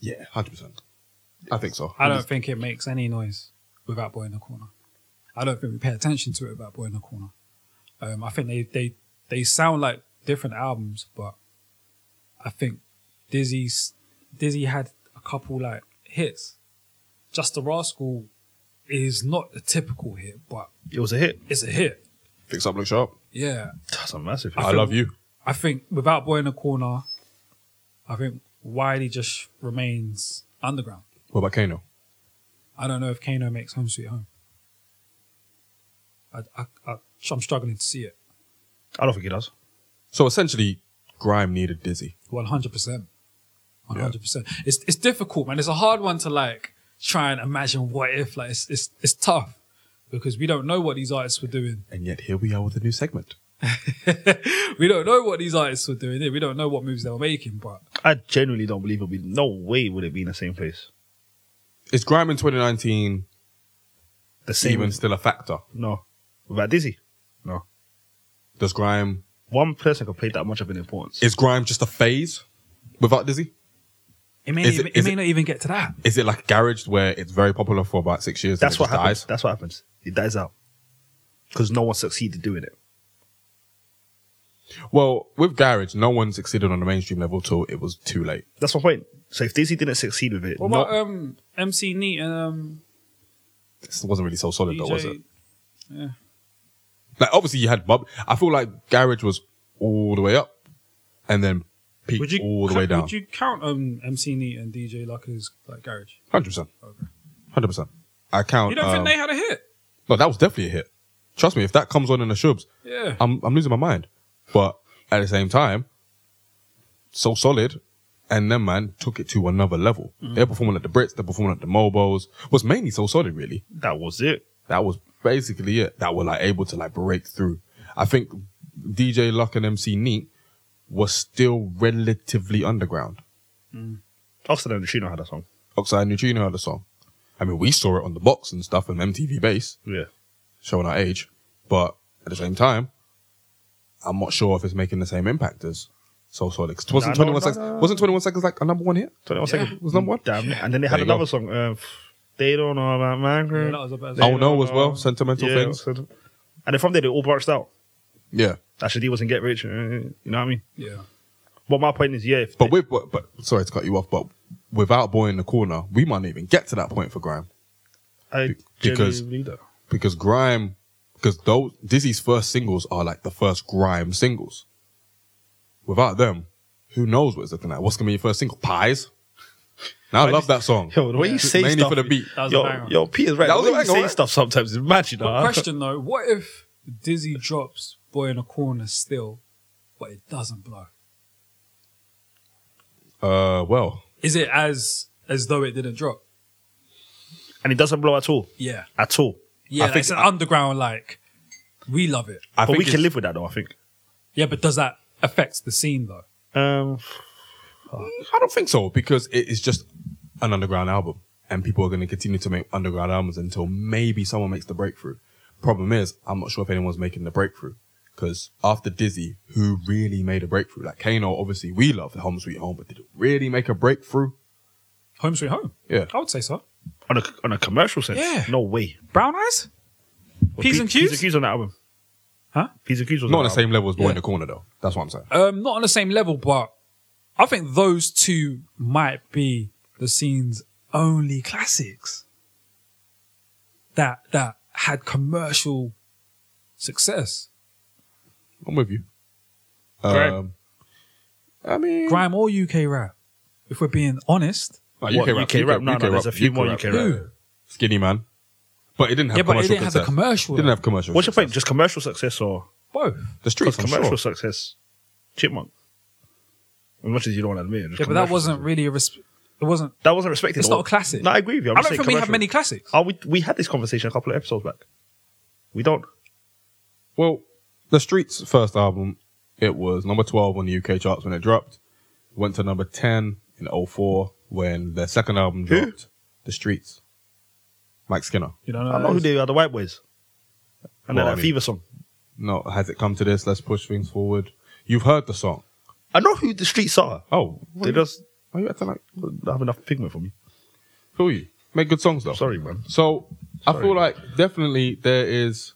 Yeah, hundred percent. I think so. I don't think it makes any noise without Boy in the Corner. I don't think we pay attention to it without Boy in the Corner. Um, I think they, they they sound like different albums, but I think Dizzy's Dizzy had a couple like hits. Just the Rascal is not a typical hit, but It was a hit. it's a hit. Fix up, look sharp. Yeah, That's a massive hit. I, love you. I think without Boy in the Corner, I think Wiley just remains underground. What about Kano? I don't know if Kano makes Home Sweet Home. I, I, I, I'm struggling to see it. I don't think it does. So essentially, grime needed Dizzy. 100%. 100%. It's, it's difficult, man. It's a hard one to like try and imagine what if. Like, it's, it's, it's tough because we don't know what these artists were doing. And yet here we are with a new segment. we don't know what these artists were doing. We don't know what moves they were making, but I genuinely don't believe it'll be. No way would it be in the same place. Is grime in 2019 The same. even still a factor? No. Without Dizzy, Does grime one person could play that much of an importance. is grime just a phase without Dizzy? it may, Is even- it- it, is may it- not even get to that. Is it like garage where it's very popular for about six years? That's and what it just happens. dies? That's what happens. It dies out. because no one succeeded doing it. Well, with Garage, no one succeeded on the mainstream level till it was too late. That's my point. So if Dizzy didn't succeed with it, What no- about um, MC Neat and um, This wasn't really so solid, though, was it? DJ? Yeah. Like, obviously, you had Bob. I feel like Garage was all the way up and then peaked Would you all the ca- way down. Would you count um, MC Neat and DJ like his like garage? 100%. Okay. 100%. I count. You don't um, think they had a hit? No, that was definitely a hit. Trust me, if that comes on in the shubs, Yeah. I'm I'm losing my mind. But at the same time, so solid, and then man took it to another level. They're performing at the Brits, they're performing at the Mobos. Was mainly so solid, really. that was it. That was basically it. That were like able to like break through. I think DJ Luck and MC Neat was still relatively underground. Austin and Neutrino had that song. Oxide Neutrino had the song. I mean, we saw it on the box and stuff and MTV Base. Yeah. showing our age, but at the same time, I'm not sure if it's making the same impact as So Solid. 'Cause Wasn't Nah, 21 no, no, seconds? no. Wasn't 21 seconds like a number one hit? 21 Yeah. seconds. Was number one? Damn it. And then they had There you go. another song. Uh, they don't know about Yeah, Mangrove. that was a bad oh no, as well. no. Sentimental Yeah, things. so- And then from there, they all branched out. Yeah, Actually, he wasn't get rich. uh, You know what I mean? Yeah. But my point is, yeah. If but with but, but sorry to cut you off, but without Boy in the corner, we might not even get to that point for Grime I because- genuinely believe that. because Grime because those Dizzy's first singles are like the first Grime singles. Without them, who knows what it's looking like? What's gonna be your first single? Pies. Now I love that song. Yo, the way you say Mainly stuff. for the beat. That was a Yo, banger. yo, Peter's right. That The was way a you banger, say right? stuff sometimes. Imagine. But huh? question though, what if Dizzy drops Boy in a Corner still, but it doesn't blow? Uh, well, Is it as as though it didn't drop? And it doesn't blow at all. Yeah. At all. Yeah, I like, think it's an I- underground like we love it. I but think we can it's- live with that, though, I think. Yeah, but does that affect the scene though? Um, I don't think so because it is just an underground album, and people are going to continue to make underground albums until maybe someone makes the breakthrough. Problem is, I'm not sure if anyone's making the breakthrough because after Dizzy, who really made a breakthrough? Like Kano, obviously we love the Home Sweet Home, but did it really make a breakthrough? Home Sweet Home. Yeah. I would say so. on a, on a commercial sense, Yeah. no way. Brown Eyes? But P's P- and Q's? P's and Q's on that album. Huh? P's and Q's was Not on on the that album. same level as Boy in the Corner, though. That's what I'm saying. Um, not on the same level, but I think those two might be the scene's only classics that that had commercial success. I'm with you. Grime. Um, I mean, Grime or UK rap, if we're being honest. Nah, What, UK rap? No, no, there's a few more UK rap. Who? Skinny man, but it didn't have Yeah, but it commercial didn't have the success. commercial. Didn't have commercial. What's your success. point? Just commercial success or both. The Because streets, I'm commercial sure. success, Chipmunk. As much as you don't want to admit it. just Yeah, but that commercial wasn't success. really a res- it wasn't That wasn't respected. It's at all. not a classic. No, I agree with you. I'm I just don't think we saying have commercial. many classics. Oh, we, we had this conversation a couple of episodes back. We don't. Well, the Streets' first album, it was number 12 on the UK charts when it dropped. Went to number 10 in 04 when their second album Who? dropped. The Streets. Mike Skinner. You don't know. I know who those. they are, the White Boys. Well, And then I that mean- Fever song. No, has it come to this? Let's push things forward. You've heard the song. I know who the streets are. Oh, what are They you- just why are you acting like? don't have enough pigment for me. Who are you? Make good songs though. Sorry, man. So I Sorry. feel like definitely there is.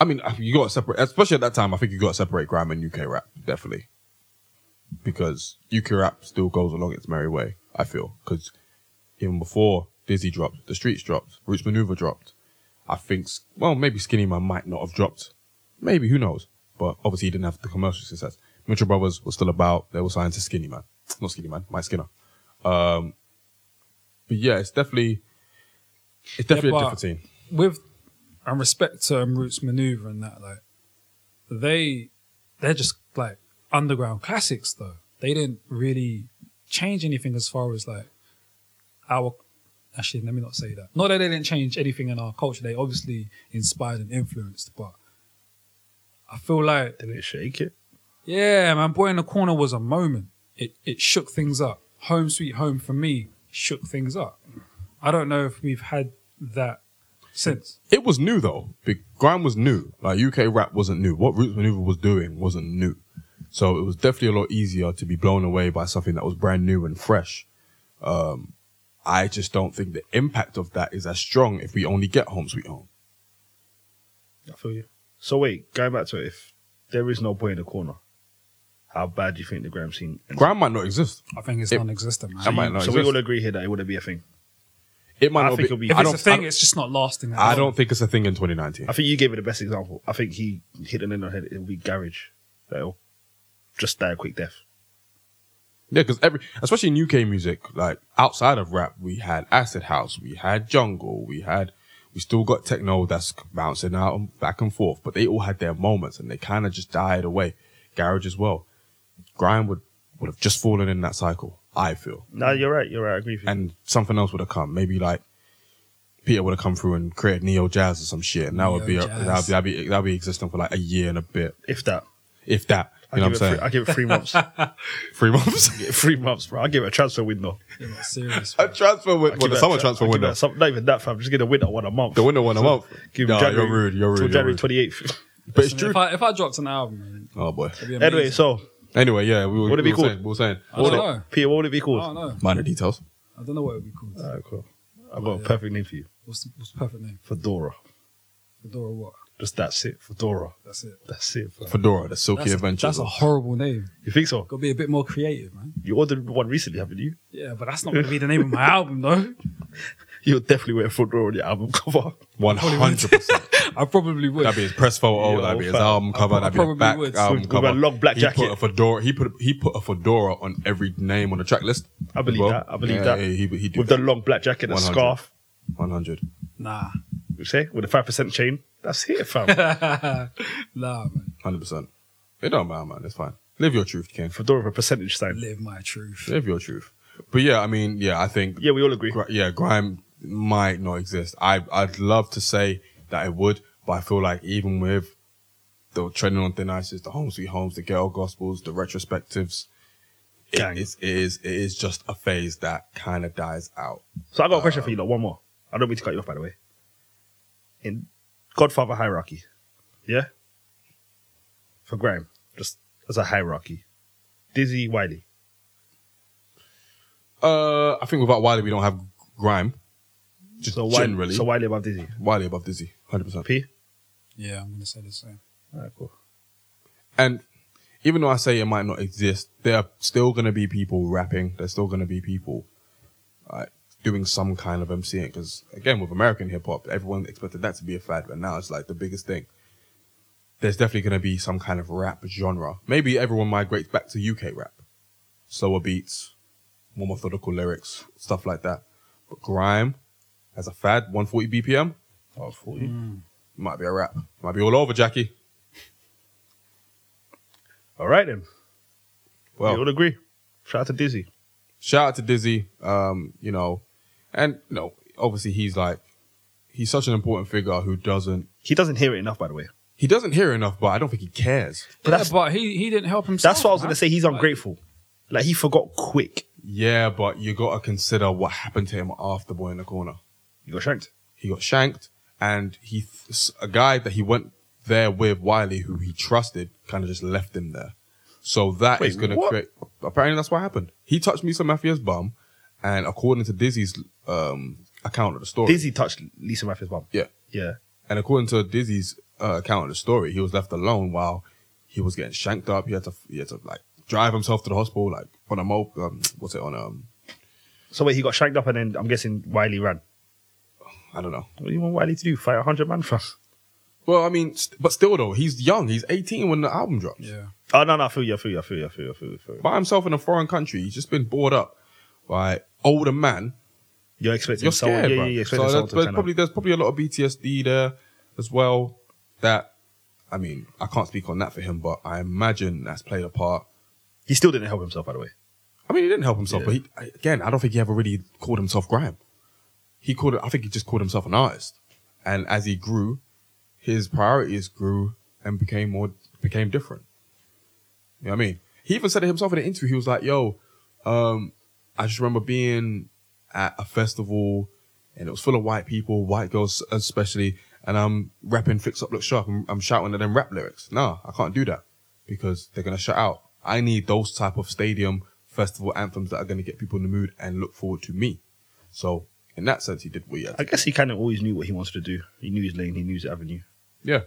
I mean, you got to separate, especially at that time. I think you got to separate grime and UK rap definitely, because UK rap still goes along its merry way. I feel because even before Dizzy dropped, the Streets dropped, Roots Maneuver dropped. I think s- well, maybe Skinny Man might not have dropped. Maybe who knows? But obviously, he didn't have the commercial success. Mitchell Brothers was still about. They were signed to Skinny Man, not Skinny Man, Mike Skinner. Um, but yeah, it's definitely it's definitely but- a different team. with and respect to um, Roots Maneuver and that, like they they're just like underground classics though. They didn't really change anything as far as like our actually let me not say that. Not that they didn't change anything in our culture. They obviously inspired and influenced, but I feel like Didn't it shake it? yeah, man, Boy in the Corner was a moment. It it shook things up. Home Sweet Home for me shook things up. I don't know if we've had that since. It was new though. Big grime was new. Like UK rap wasn't new. What Roots Maneuver was doing wasn't new. So it was definitely a lot easier to be blown away by something that was brand new and fresh. Um, I just don't think the impact of that is as strong if we only get Home Sweet Home. I feel you. So wait, going back to it, if there is no boy in the corner, how bad do you think the gram scene? ends up? Grime might not exist. I think it's It- non-existent, man. That might not so we exist. all agree here that it wouldn't be a thing. It might not I think be. it'll be- I If if don't- it's a I thing, don't- it's just not lasting. at I all. don't think it's a thing in 2019. I think you gave it the best example. I think he hit the nail on the head. It would be garage. That'll just die a quick death. Yeah, because every, especially in UK music, like outside of rap, we had acid house, we had jungle, we had, we still got techno that's bouncing out and back and forth, but they all had their moments and they kind of just died away. Garage as well. Grime would would have just fallen in that cycle. I feel, No, you're right. You're right. I agree with you. Mm. and something else would have come. Maybe like Peter would have come through and created neo jazz or some shit, and that would be a- Neo-jazz. that'd be that'd be that'd be existing for like a year and a bit, if that, if that. I You know give, what I'm it three, saying? I give it three months. Three months. three months, bro. I give it a transfer window. Yeah, but serious. a transfer I window. give Well, the it a summer tra- transfer I give it a window. sum- not even that, fam. Just get a winter one a month. The window one a month. Give Nah, January, you're rude. You're rude. till You're January rude. twenty eighth. But it's Listen, true. If I, if I dropped an album, Oh boy. it'd be amazing. Anyway, so Anyway, yeah. We, were- What did we were it be called? Saying, we were saying. I don't Hold on. know. Peter, what would it be called? I don't know. Minor details. I don't know what it would be called. Alright, cool. I've got a perfect name for you. What's the, what's the perfect name? Fedora. Fedora what? Just that's it. Fedora. That's it. That's it. fam. Fedora, the Silky That's a, Adventures. that's a horrible name. You think so? Got to be a bit more creative, man. You ordered one recently, haven't you? Yeah, but that's not going to be the name of my album, though. You're definitely wearing Fedora on your album cover. One hundred percent. I probably would. That'd be his press photo. Yo, that'd be his fam. album cover. I That'd be the probably back would. album With- with cover. a long black he jacket. Put a fedora. He put he put a fedora on every name on the track list. I believe Well, that. I believe yeah, that. Yeah, he he did With the long black jacket, the 100. scarf, one hundred. Nah, you say, with the five percent chain. That's it, fam. nah, man. Hundred percent. It don't matter, man. It's fine. Live your truth, King. Fedora with a percentage sign. Live my truth. Live your truth. But yeah, I mean, yeah, I think Yeah, we all agree. Gri- yeah, grime might not exist. I I'd love to say that it would, but I feel like even with the treading on thin ices, the home sweet homes, the ghetto gospels, the retrospectives, Gang. it is, it is it is just a phase that kind of dies out. So I got a question for you, lot. One more. I don't mean to cut you off, by the way. In Godfather hierarchy, yeah. For Graham, just as a hierarchy, Dizzy Wiley. Uh, I think without Wiley we don't have grime. Just So Wiley, generally, so Wiley above Dizzy. Wiley above Dizzy, hundred percent. P. Yeah, I'm going to say the same. Alright, cool. And even though I say it might not exist, there are still going to be people rapping. There's still going to be people like, doing some kind of MCing. Because again, with American hip hop, everyone expected that to be a fad, but now it's like the biggest thing. There's definitely going to be some kind of rap genre. Maybe everyone migrates back to UK rap, slower beats, more methodical lyrics, stuff like that. But grime, as a fad, 140 BPM Oh, 40. might be a rap. Might be all over, Jackie. All right then. Well, we all agree. Shout out to Dizzy. shout out to Dizzy. Um, you know, and you know, obviously he's like he's such an important figure who doesn't He doesn't hear it enough, by the way. he doesn't hear enough, but I don't think he cares. But, that's- yeah, but he, he didn't help himself. That's what I was man. gonna say. He's ungrateful. Like he forgot quick. Yeah, but you gotta consider what happened to him after Boy in the Corner. You got shanked. He got shanked, and he a guy that he went there with Wiley, who he trusted, kind of just left him there. So that Wait, is gonna what? create. Apparently, that's what happened. He touched Misa Mafia's bum, and according to Dizzy's um, account of the story, Dizzy touched Lisa Matthews' mum. yeah, Yeah. And according to Dizzy's uh, account of the story, he was left alone while he was getting shanked up. He had to, he had to like drive himself to the hospital, like on a mo, um, what's it on um, So wait, he got shanked up, and then I'm guessing Wiley ran. I don't know. What do you want Wiley to do? Fight a hundred man for? Well, I mean, st- but still though, he's young. He's 18 when the album drops. Yeah. Oh no, no, I feel you, I feel you, I feel you, I feel you, I feel you. I feel you. By himself in a foreign country, he's just been brought up by older man. You're expecting You're someone, scared, yeah, bro. yeah, so yeah, expecting someone there's, to there's turn probably up. there's probably a lot of PTSD there as well. That I mean, I can't speak on that for him, but I imagine that's played a part. He still didn't help himself, by the way. I mean, he didn't help himself, Yeah. but he, I- again, I don't think he ever really called himself Graham. He called it. I think he just called himself an artist. And as he grew, his priorities grew and became more became different. You know what I mean? He even said it himself in an interview. He was like, "Yo, um, I just remember being at a festival, and it was full of white people, white girls especially, and I'm rapping "Fix Up, Look Sharp." I'm, I'm shouting at them rap lyrics. Nah, I can't do that because they're gonna shut out. I need those type of stadium festival anthems that are gonna get people in the mood and look forward to me. So in that sense, he did what he had. I guess he kind of always knew what he wanted to do. He knew his lane, he knew his avenue. Yeah.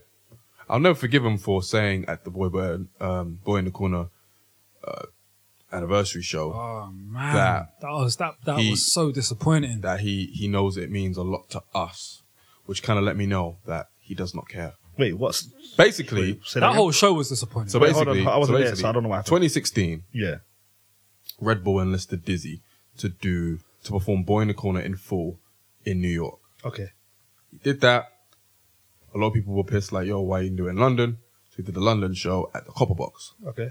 I'll never forgive him for saying at the Boy, Bear- um, Boy in the Corner uh, anniversary show Oh man, That- that, was that that he- was so disappointing. that he, he knows it means a lot to us, which kind of let me know that he does not care. Wait, what's Basically, wait, say that again? whole show was disappointing. so Wait, hold basically, on, I wasn't so there, basically, so I don't know what happened. 2016, yeah, Red Bull enlisted Dizzy to do to perform Boy in the Corner in full in New York. okay, He did that. A lot of people were pissed, like, yo, why you didn't do it in London? So he did the London show at the Copper Box. okay.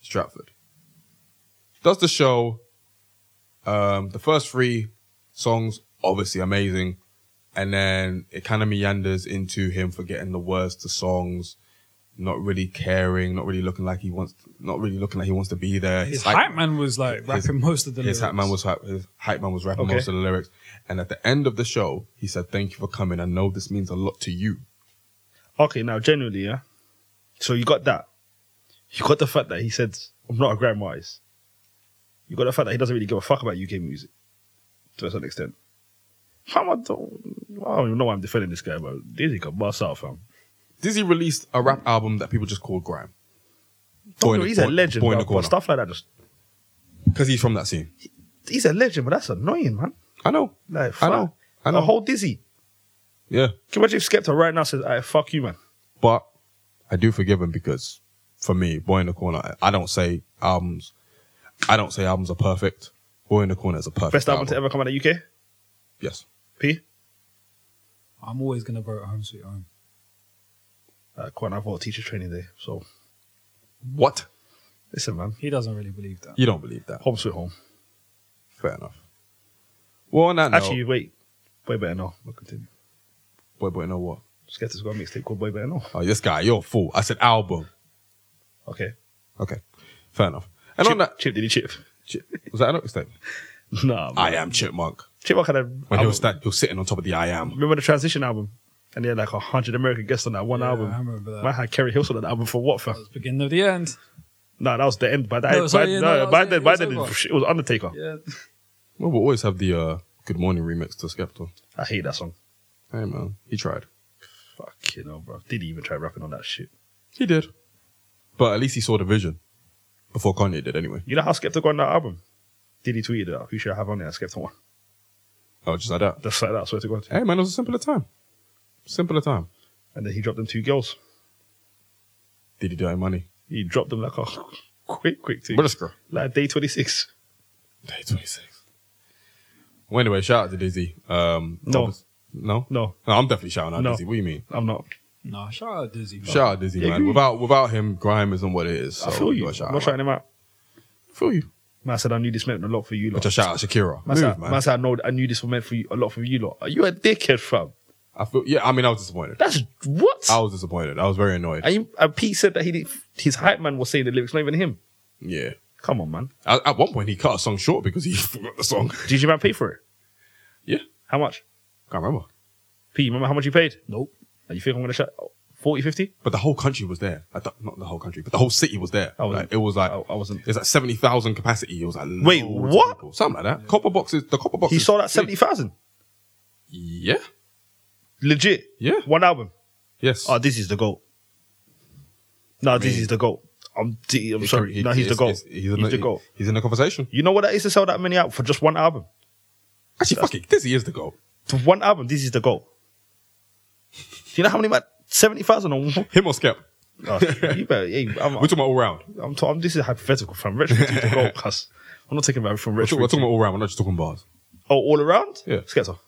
Stratford. Does the show. Um, the first three songs, obviously amazing. And then it kind of meanders into him forgetting the words to songs, not really caring, not really looking like he wants, not really looking like he wants to be there. his It's like- hype man was like his- rapping most of the his hype man lyrics. was hype, his hype man was rapping Okay. most of the lyrics. And at the end of the show, he said, "Thank you for coming. I know this means a lot to you." Okay, now genuinely, yeah. So you got that. You got the fact that he said, I'm not a grand wise. You got the fact that he doesn't really give a fuck about UK music to a certain extent. How am I don't, I don't even know why I'm defending this guy, but Dizzy got bust out, fam. Dizzy released a rap album that people just called grime. Boy Don't in know, the he's a cor- legend, boy in the bruv, but corner. stuff like that just. because he's from that scene. He's a legend, but that's annoying, man. I know. Like, I fuck. know. I know. A whole Dizzy. yeah. Can you imagine if Skepta right now says, "I fuck you, man." But I do forgive him because for me, Boy in the Corner, I don't say albums I don't say albums are perfect. Boy in the Corner is a perfect Best album to ever come out of the UK. Yes. P. I'm always gonna vote Home Sweet Home. Uh, quite an vote teacher training day. So What? listen, man. He doesn't really believe that. You don't believe that. Home sweet home. Fair enough. Well on that note, Actually, wait. Boy better know. We'll continue. Boy Boy Know What? Skepta's got a mixtape called Boy Better Know. Oh this guy, you're a fool. I said album. Okay. Okay. Fair enough. And chip, on that Chip did he chip? Chi- was that an mistake? Nah. Man. I am Chipmunk. Chipmunk had a. When he album. was, sta- he was sitting on top of the I am. remember the transition album? And they had like a hundred American guests on that one Yeah, album. I remember that. Man had Kerry Hilson on that album for what? fam? It's beginning of the end. Nah, that was the end. By that, No, by, sorry, yeah, no, no, that by was then, it. by It then, was it was Undertaker. Yeah. Well, we'll always have the uh, Good Morning remix to Skepta. I hate that song. Hey man, he tried. Fuck you know, bro. Did he even try rapping on that shit? He did. But at least he saw the vision before Kanye did, anyway. You know how Skepta got on that album? Did he tweet it out? Who should I have on there? Skepta one. Oh, just like that. Just like that, I swear to God. Hey, man, it was a simpler time. Simpler time. And then he dropped them two girls. Did he do any money? He dropped them like a quick, quick thing. Brisker. Like day 26. Day 26. Well, anyway, shout out to Dizzy. Um, No. obvious- No? No, No, I'm definitely shouting out No. Dizzy. What do you mean? I'm not. Nah, shout out Dizzy. bro. Shout out Dizzy, Yeah, man. agree. Without without him, grime isn't what it is. So I feel you you. gotta shout out. I'm not shouting him out. feel you. Man I said, I knew this meant a lot for you lot. But just shout out Shakira. man, Move, said, man. man said, I, know, I knew this meant for you, a lot for you lot. Are you a dickhead, fam? I feel, yeah, I mean, I was disappointed. That's what? I was disappointed. I was very annoyed. and, you, and Pete said that he did, his hype man was saying the lyrics, not even him. yeah. Come on, man. At, at one point, he cut a song short because he forgot the song. Did you man pay for it? Yeah. How much? Can't remember. Pete, you remember how much you paid? Nope. And you think I'm going to shout 40, 50? But the whole country was there. I don't, not the whole country, but the whole city was there. I wasn't- Like, it was like I- I wasn't- It's like seventy thousand capacity. It was like Oh. Wait, loads of what? people. Something like that. Copper boxes. The copper boxes. He sold out 70,000. Yeah. Legit. Yeah. One album. Yes. Oh, this is the goal. No, this mean- is the goal. I'm, di- I'm It- sorry. it- no, he's the it's- goal. it's- He's, in the goal. He's in the conversation. You know what that is to sell that many out for just one album? Actually, fuck it. Dizzy is the goal. To one album, this is the goal. Do you know how many man? Seventy thousand on one. Him or Skep. Oh, you better. Hey, I'm, We're talking about all round. We're I'm, ta- I'm- This is hypothetical, fam. Retro is the goal, cuz I'm not taking about from retro. talking, we're talking about all round. We're not just talking bars. oh, all around. Yeah. Skepta.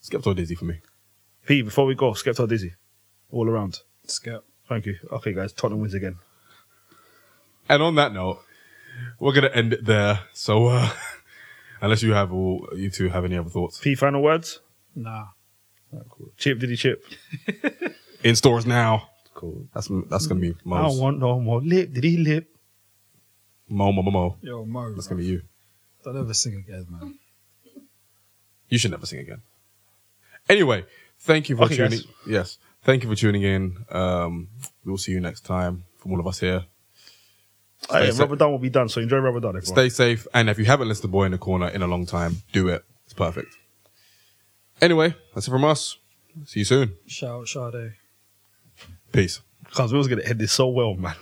Skep's or Dizzy for me. P. Before we go, Skepta or Dizzy, all around. Skep. Thank you. Okay, guys. Tottenham wins again. And on that note, we're gonna end it there. So, uh, unless you have all, you two have any other thoughts? P. Final words. Nah. Chip, did he chip? In stores now. Cool. That's that's gonna be I don't Mo's. want no more lip. Did he lip? Mo, Mo, Mo, Mo. Yo, Mo. That's bro. gonna be you. Don't ever sing again, man. You should never sing again. Anyway, thank you for Okay, tuning. guys. Yes, thank you for tuning in. Um, we'll see you next time from all of us here. Hey, safe. Ramadan will be done, so enjoy Ramadan, everyone. Stay safe, and if you haven't listened to Boy in the Corner in a long time, do it. It's perfect. Anyway, that's it from us. See you soon. Shout out Sade. Peace. Cause we was gonna end this so well, man.